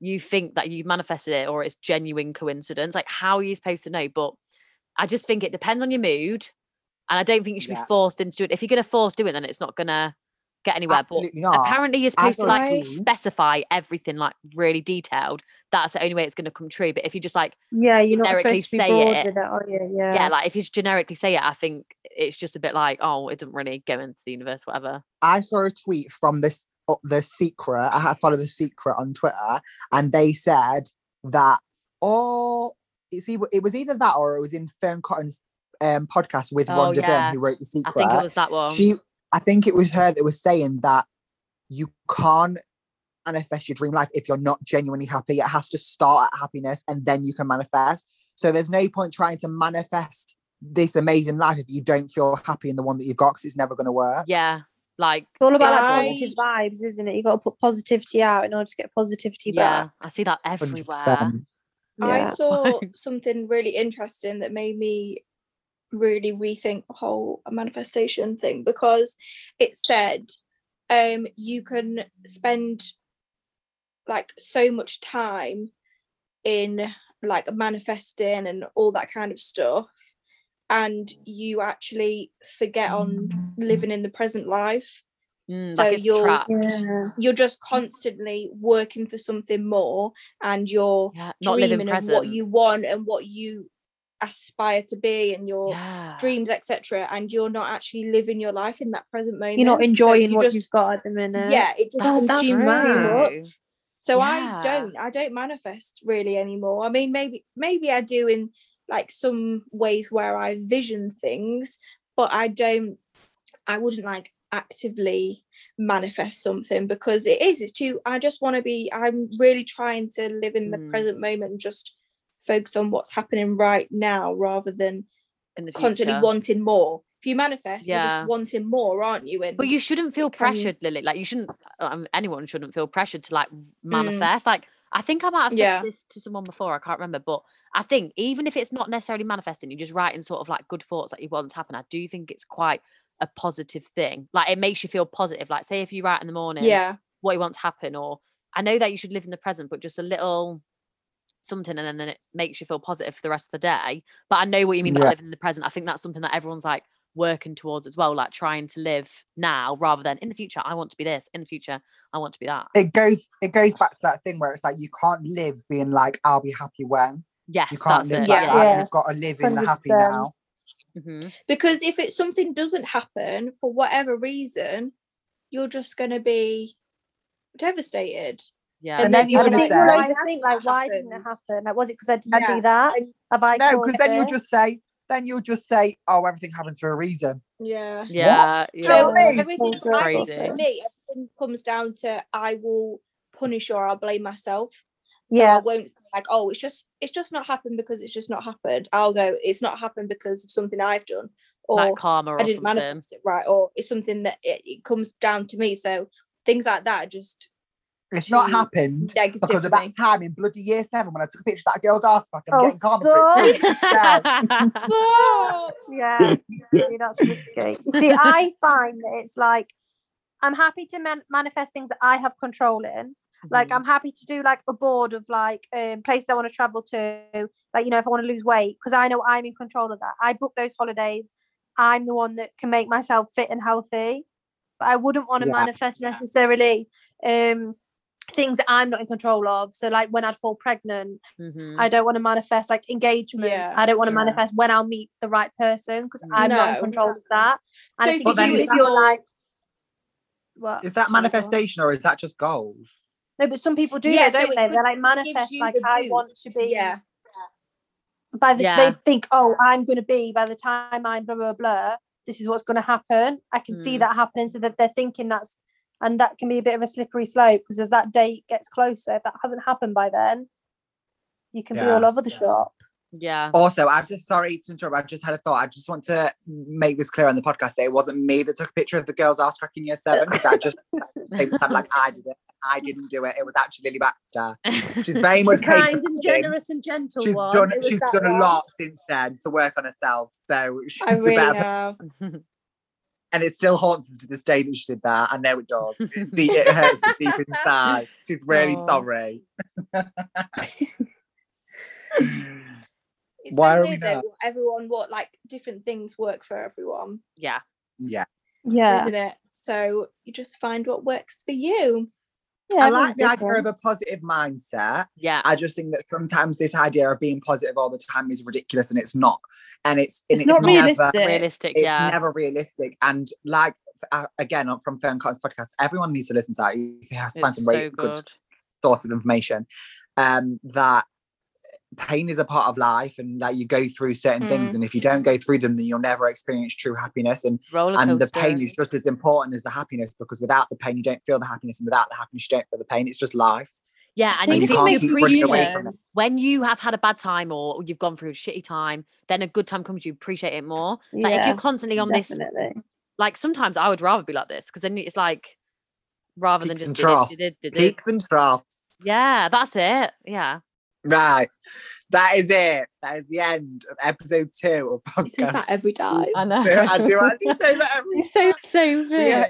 [SPEAKER 2] you think that you manifested it or it's genuine coincidence. Like, how are you supposed to know? But I just think it depends on your mood. And I don't think you should
[SPEAKER 4] Yeah.
[SPEAKER 2] be forced into it. If you're going to force do it, then it's not going to get anywhere.
[SPEAKER 4] Absolutely
[SPEAKER 2] but
[SPEAKER 4] not.
[SPEAKER 2] apparently, you're
[SPEAKER 4] I
[SPEAKER 2] supposed to
[SPEAKER 4] feel
[SPEAKER 2] like
[SPEAKER 1] I-
[SPEAKER 4] too.
[SPEAKER 2] specify everything, like really detailed. That's the only way it's going to come true. But if you just like,
[SPEAKER 3] Yeah, you're not
[SPEAKER 2] generically
[SPEAKER 3] supposed to be
[SPEAKER 2] say
[SPEAKER 3] bored
[SPEAKER 2] it.
[SPEAKER 3] with it, are you?
[SPEAKER 2] yeah,
[SPEAKER 3] Yeah.
[SPEAKER 2] like if you just generically say it, I think it's just a bit like, oh, it doesn't really go into the universe, whatever.
[SPEAKER 4] I saw a tweet from this uh, the secret. I had followed the secret on Twitter, and they said that all it's either, it was either that or it was in Fern Cotton's um, podcast with
[SPEAKER 2] Oh,
[SPEAKER 4] Rhonda
[SPEAKER 2] yeah.
[SPEAKER 4] Byrne, who wrote the secret.
[SPEAKER 2] I think it was that one.
[SPEAKER 4] she, I think it was her that was saying that you can't manifest your dream life if you're not genuinely happy. It has to start at happiness, and then you can manifest. So there's no point trying to manifest this amazing life if you don't feel happy in the one that you've got because it's never going to work.
[SPEAKER 2] yeah. Like,
[SPEAKER 3] It's all about
[SPEAKER 1] It's
[SPEAKER 3] like
[SPEAKER 1] all-
[SPEAKER 3] positive vibes, isn't it? You've got to put positivity out in order to get positivity
[SPEAKER 2] yeah,
[SPEAKER 3] back.
[SPEAKER 2] I see that
[SPEAKER 4] 100%.
[SPEAKER 2] everywhere.
[SPEAKER 1] I
[SPEAKER 3] Yeah.
[SPEAKER 1] saw something really interesting that made me really rethink the whole manifestation thing because it said um you can spend like so much time in like manifesting and all that kind of stuff and you actually forget on living in the present life
[SPEAKER 2] Mm,
[SPEAKER 1] So
[SPEAKER 2] like it's
[SPEAKER 1] you'll-
[SPEAKER 2] trapped.
[SPEAKER 3] Yeah.
[SPEAKER 1] you're just constantly working for something more and you're
[SPEAKER 2] Yeah, not living
[SPEAKER 1] dreaming of
[SPEAKER 2] present.
[SPEAKER 1] what you want and what you aspire to be and your
[SPEAKER 2] yeah.
[SPEAKER 1] dreams etc and you're not actually living your life in that present moment
[SPEAKER 3] You're not
[SPEAKER 1] So
[SPEAKER 3] enjoying
[SPEAKER 1] you
[SPEAKER 3] what
[SPEAKER 1] just-
[SPEAKER 3] you've got at the minute.
[SPEAKER 1] yeah it just
[SPEAKER 3] That's
[SPEAKER 1] consumes too
[SPEAKER 3] true.
[SPEAKER 1] much so
[SPEAKER 2] Yeah.
[SPEAKER 1] i don't i don't manifest really anymore i mean maybe maybe i do in like some ways where i vision things but I don't I wouldn't like actively manifest something because it is it's too I just want to be I'm really trying to live in the
[SPEAKER 2] Mm.
[SPEAKER 1] present moment and just focus on what's happening right now rather than
[SPEAKER 2] in the future.
[SPEAKER 1] constantly wanting more if you manifest you're
[SPEAKER 2] Yeah.
[SPEAKER 1] just wanting more aren't you and
[SPEAKER 2] But you shouldn't feel
[SPEAKER 1] it can-
[SPEAKER 2] pressured, Lily. Like you shouldn't. Um, anyone shouldn't feel pressured to like manifest. Like I think I might have said
[SPEAKER 1] Yeah.
[SPEAKER 2] this to someone before. I can't remember, but I think even if it's not necessarily manifesting, you're just writing sort of like good thoughts that you want to happen. I do think it's quite a positive thing. Like it makes you feel positive. Like say if you write in the morning,
[SPEAKER 1] yeah
[SPEAKER 2] what you want to happen, or I know that you should live in the present, but just a little something, and then, then it makes you feel positive for the rest of the day. But I know what you mean by
[SPEAKER 4] Yeah.
[SPEAKER 2] living in the present. I think that's something that everyone's like working towards as well, like trying to live now rather than in the future. I want to be this. In the future, I want to be that.
[SPEAKER 4] It goes it goes back to that thing where it's like you can't live being like, I'll be happy when.
[SPEAKER 2] Yes,
[SPEAKER 4] You can't
[SPEAKER 2] that's
[SPEAKER 4] live
[SPEAKER 2] it.
[SPEAKER 4] like
[SPEAKER 2] yeah.
[SPEAKER 4] that.
[SPEAKER 3] Yeah.
[SPEAKER 4] You've got to live in the happy
[SPEAKER 3] 100%.
[SPEAKER 4] now.
[SPEAKER 2] hmm
[SPEAKER 1] because if it's something doesn't happen for whatever reason you're just going to be devastated
[SPEAKER 2] yeah.
[SPEAKER 1] And
[SPEAKER 4] And then
[SPEAKER 1] then
[SPEAKER 4] you're
[SPEAKER 1] you're
[SPEAKER 3] And
[SPEAKER 4] gonna
[SPEAKER 3] I
[SPEAKER 1] gonna
[SPEAKER 3] think
[SPEAKER 4] say
[SPEAKER 1] why
[SPEAKER 3] you'll always
[SPEAKER 1] hasn't
[SPEAKER 3] think like,
[SPEAKER 1] that
[SPEAKER 3] why didn't it
[SPEAKER 1] happened?
[SPEAKER 3] happen? Like, was it because I didn't
[SPEAKER 1] Yeah.
[SPEAKER 3] do that?
[SPEAKER 1] And-
[SPEAKER 3] Have I?
[SPEAKER 4] No,
[SPEAKER 3] caused
[SPEAKER 4] because then you'll
[SPEAKER 3] this?
[SPEAKER 4] just say, then you'll just say, oh, everything happens for a reason.
[SPEAKER 1] yeah
[SPEAKER 2] Yeah.
[SPEAKER 4] Do you know
[SPEAKER 2] Yeah.
[SPEAKER 4] what I mean?
[SPEAKER 1] everything
[SPEAKER 3] It's
[SPEAKER 1] I think
[SPEAKER 2] crazy.
[SPEAKER 1] for me everything comes down to I will punish or I'll blame myself so I
[SPEAKER 3] Yeah.
[SPEAKER 1] won't feel like oh it's just it's just not happened because it's just not happened I'll go it's not happened because of something I've done or
[SPEAKER 2] Like karma or
[SPEAKER 1] I didn't
[SPEAKER 2] something.
[SPEAKER 1] manifest it right or it's something that it, it comes down to me so things like that are just
[SPEAKER 4] It's not
[SPEAKER 1] Too
[SPEAKER 4] happened
[SPEAKER 1] negative
[SPEAKER 4] because
[SPEAKER 1] for
[SPEAKER 4] of that
[SPEAKER 1] me.
[SPEAKER 4] time in bloody year seven when I took a picture of that girl's arse back. I'm
[SPEAKER 3] Oh,
[SPEAKER 4] getting karma for it.
[SPEAKER 3] stop.
[SPEAKER 4] Yeah.
[SPEAKER 3] Yeah, really, that's risky. You See, I find that it's like I'm happy to man- manifest things that I have control in. Like
[SPEAKER 4] Mm.
[SPEAKER 2] Mhm.
[SPEAKER 3] I'm happy to do like a board of like um, places I want to travel to. Like you know, if I want to lose weight, because I know I'm in control of that. I book those holidays. I'm the one that can make myself fit and healthy. But I wouldn't want to
[SPEAKER 4] Yeah.
[SPEAKER 3] manifest necessarily um, things that I'm not in control of. So like when I'd fall pregnant,
[SPEAKER 2] Mhm.
[SPEAKER 3] I don't want to manifest like engagements.
[SPEAKER 1] Yeah,
[SPEAKER 3] I don't want to
[SPEAKER 4] yeah.
[SPEAKER 3] manifest when I'll meet the right person because I'm not in
[SPEAKER 1] No.
[SPEAKER 3] control of that. And
[SPEAKER 1] So
[SPEAKER 3] I
[SPEAKER 1] for
[SPEAKER 3] think if
[SPEAKER 4] you,
[SPEAKER 3] you
[SPEAKER 4] it's
[SPEAKER 3] live your
[SPEAKER 1] more-
[SPEAKER 3] life, what
[SPEAKER 4] Is that
[SPEAKER 3] Sorry, go on.
[SPEAKER 4] manifestation or is that just goals?
[SPEAKER 3] No, but some people do,
[SPEAKER 1] Yeah, so
[SPEAKER 3] though, don't
[SPEAKER 1] it
[SPEAKER 3] they? They
[SPEAKER 1] could-
[SPEAKER 3] like
[SPEAKER 1] it gives
[SPEAKER 3] manifest
[SPEAKER 1] you
[SPEAKER 3] like
[SPEAKER 1] the
[SPEAKER 3] I want
[SPEAKER 1] boost.
[SPEAKER 3] to be.
[SPEAKER 1] yeah
[SPEAKER 3] By the
[SPEAKER 2] Yeah.
[SPEAKER 3] they think, oh, I'm going to be by the time I'm blah blah blah. This is what's going to happen. I can see
[SPEAKER 2] Mm.
[SPEAKER 4] Hmm.
[SPEAKER 3] that happening, so that they're thinking that's, and that can be a bit of a slippery slope because as that date gets closer, if that hasn't happened by then, you can be
[SPEAKER 4] Yeah.
[SPEAKER 3] all over the shop.
[SPEAKER 2] Yeah.
[SPEAKER 4] Also, I just sorry to interrupt. I just had a thought. I just want to make this clear on the podcast that it wasn't me that took a picture of the girls' arse crack in year seven. 'cause I just they sound like I did it. I didn't do it. It was actually Lily Baxter. She's very much
[SPEAKER 10] The
[SPEAKER 4] taken
[SPEAKER 10] kind and
[SPEAKER 4] since.
[SPEAKER 10] generous and gentle
[SPEAKER 4] She's
[SPEAKER 10] one.
[SPEAKER 4] done.
[SPEAKER 10] It was
[SPEAKER 4] She's
[SPEAKER 10] that
[SPEAKER 4] done a
[SPEAKER 10] one.
[SPEAKER 4] lot since then to work on herself. So she's
[SPEAKER 1] I really
[SPEAKER 4] about,
[SPEAKER 1] have
[SPEAKER 4] and it still haunts us to this day that she did that. I know it does. It, deep, it hurts us deep inside. She's really
[SPEAKER 2] Aw.
[SPEAKER 4] sorry.
[SPEAKER 1] it's
[SPEAKER 4] Why
[SPEAKER 1] so
[SPEAKER 4] are we
[SPEAKER 1] weird though
[SPEAKER 4] not?
[SPEAKER 1] what everyone what like different things work for everyone
[SPEAKER 2] yeah.
[SPEAKER 4] yeah,
[SPEAKER 3] Yeah,
[SPEAKER 1] isn't it? So you just find what works for you.
[SPEAKER 3] yeah.
[SPEAKER 4] I like
[SPEAKER 3] everyone's
[SPEAKER 4] the idea
[SPEAKER 3] different.
[SPEAKER 4] of a positive mindset.
[SPEAKER 2] Yeah.
[SPEAKER 4] I just think that sometimes this idea of being positive all the time is ridiculous and it's not. And it's and
[SPEAKER 11] It's not
[SPEAKER 4] never
[SPEAKER 11] realistic.
[SPEAKER 2] Realistic.
[SPEAKER 4] it's
[SPEAKER 2] yeah.
[SPEAKER 4] never realistic. And like uh, again on- from Fern Cotton's podcast, everyone needs to listen to that. You have to find
[SPEAKER 2] it's
[SPEAKER 4] some
[SPEAKER 2] so
[SPEAKER 4] really
[SPEAKER 2] good.
[SPEAKER 4] good source of information. Um that pain is a part of life and that you go through certain things. And if you don't go through them, then you'll never experience true happiness. And
[SPEAKER 2] Roller coaster.
[SPEAKER 4] and the pain is just as important as the happiness because without the pain you don't feel the happiness and without the happiness you don't feel the pain it's just life
[SPEAKER 2] yeah,
[SPEAKER 10] I
[SPEAKER 2] and
[SPEAKER 4] and
[SPEAKER 2] you
[SPEAKER 10] think
[SPEAKER 4] you
[SPEAKER 10] it
[SPEAKER 2] think
[SPEAKER 4] can't
[SPEAKER 10] makes
[SPEAKER 2] with
[SPEAKER 4] keep
[SPEAKER 10] you
[SPEAKER 4] running away
[SPEAKER 10] human.
[SPEAKER 4] from it
[SPEAKER 2] when you have had a bad time or you've gone through a shitty time, then a good time comes, you appreciate it more. Like if
[SPEAKER 10] Yeah,
[SPEAKER 2] you're constantly on this,
[SPEAKER 10] definitely.
[SPEAKER 2] like sometimes I would rather be like this because then it's like rather than
[SPEAKER 4] peaks
[SPEAKER 2] just
[SPEAKER 4] and
[SPEAKER 2] did it,
[SPEAKER 4] troughs
[SPEAKER 2] did it, did it.
[SPEAKER 4] peaks and troughs
[SPEAKER 2] Yeah, that's it. Yeah.
[SPEAKER 4] right that is it that is the end of episode two of
[SPEAKER 1] It seems
[SPEAKER 4] podcast
[SPEAKER 1] like every time.
[SPEAKER 2] I know.
[SPEAKER 4] I do actually say that every
[SPEAKER 2] say the same thing.
[SPEAKER 4] Yeah.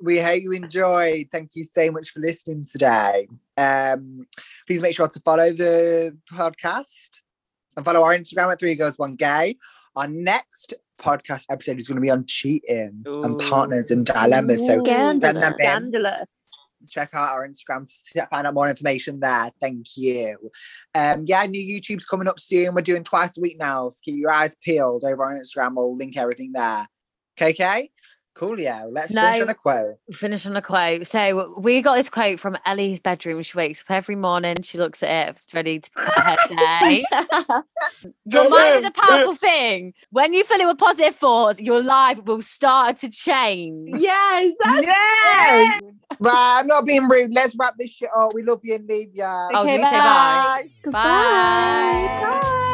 [SPEAKER 4] we hope you enjoyed. Thank you so much for listening today. Um, please make sure to follow the podcast and follow our Instagram at Three Girls One Gay. Our next podcast episode is going to be on cheating and partners and dilemmas. So send them in.
[SPEAKER 10] Scandalous.
[SPEAKER 4] Check out our Instagram to find out more information there. Thank you. Um, yeah, new YouTube's coming up soon. We're doing twice a week now. So keep your eyes peeled over on Instagram. We'll link everything there. KK, Coolio. Let's
[SPEAKER 2] No.
[SPEAKER 4] finish on a quote.
[SPEAKER 2] finish on a quote. So we got this quote from Ellie's bedroom. She wakes up every morning. She looks at it, ready to prepare her day. Your mind is a powerful thing. When you fill it with positive thoughts, your life will start to change.
[SPEAKER 1] yes, that's
[SPEAKER 4] Yes! right, I'm not being rude. Let's wrap this shit up. We love you and leave ya.
[SPEAKER 2] Oh,
[SPEAKER 9] Okay,
[SPEAKER 2] you say bye.
[SPEAKER 1] Goodbye.
[SPEAKER 2] Bye.
[SPEAKER 1] Bye.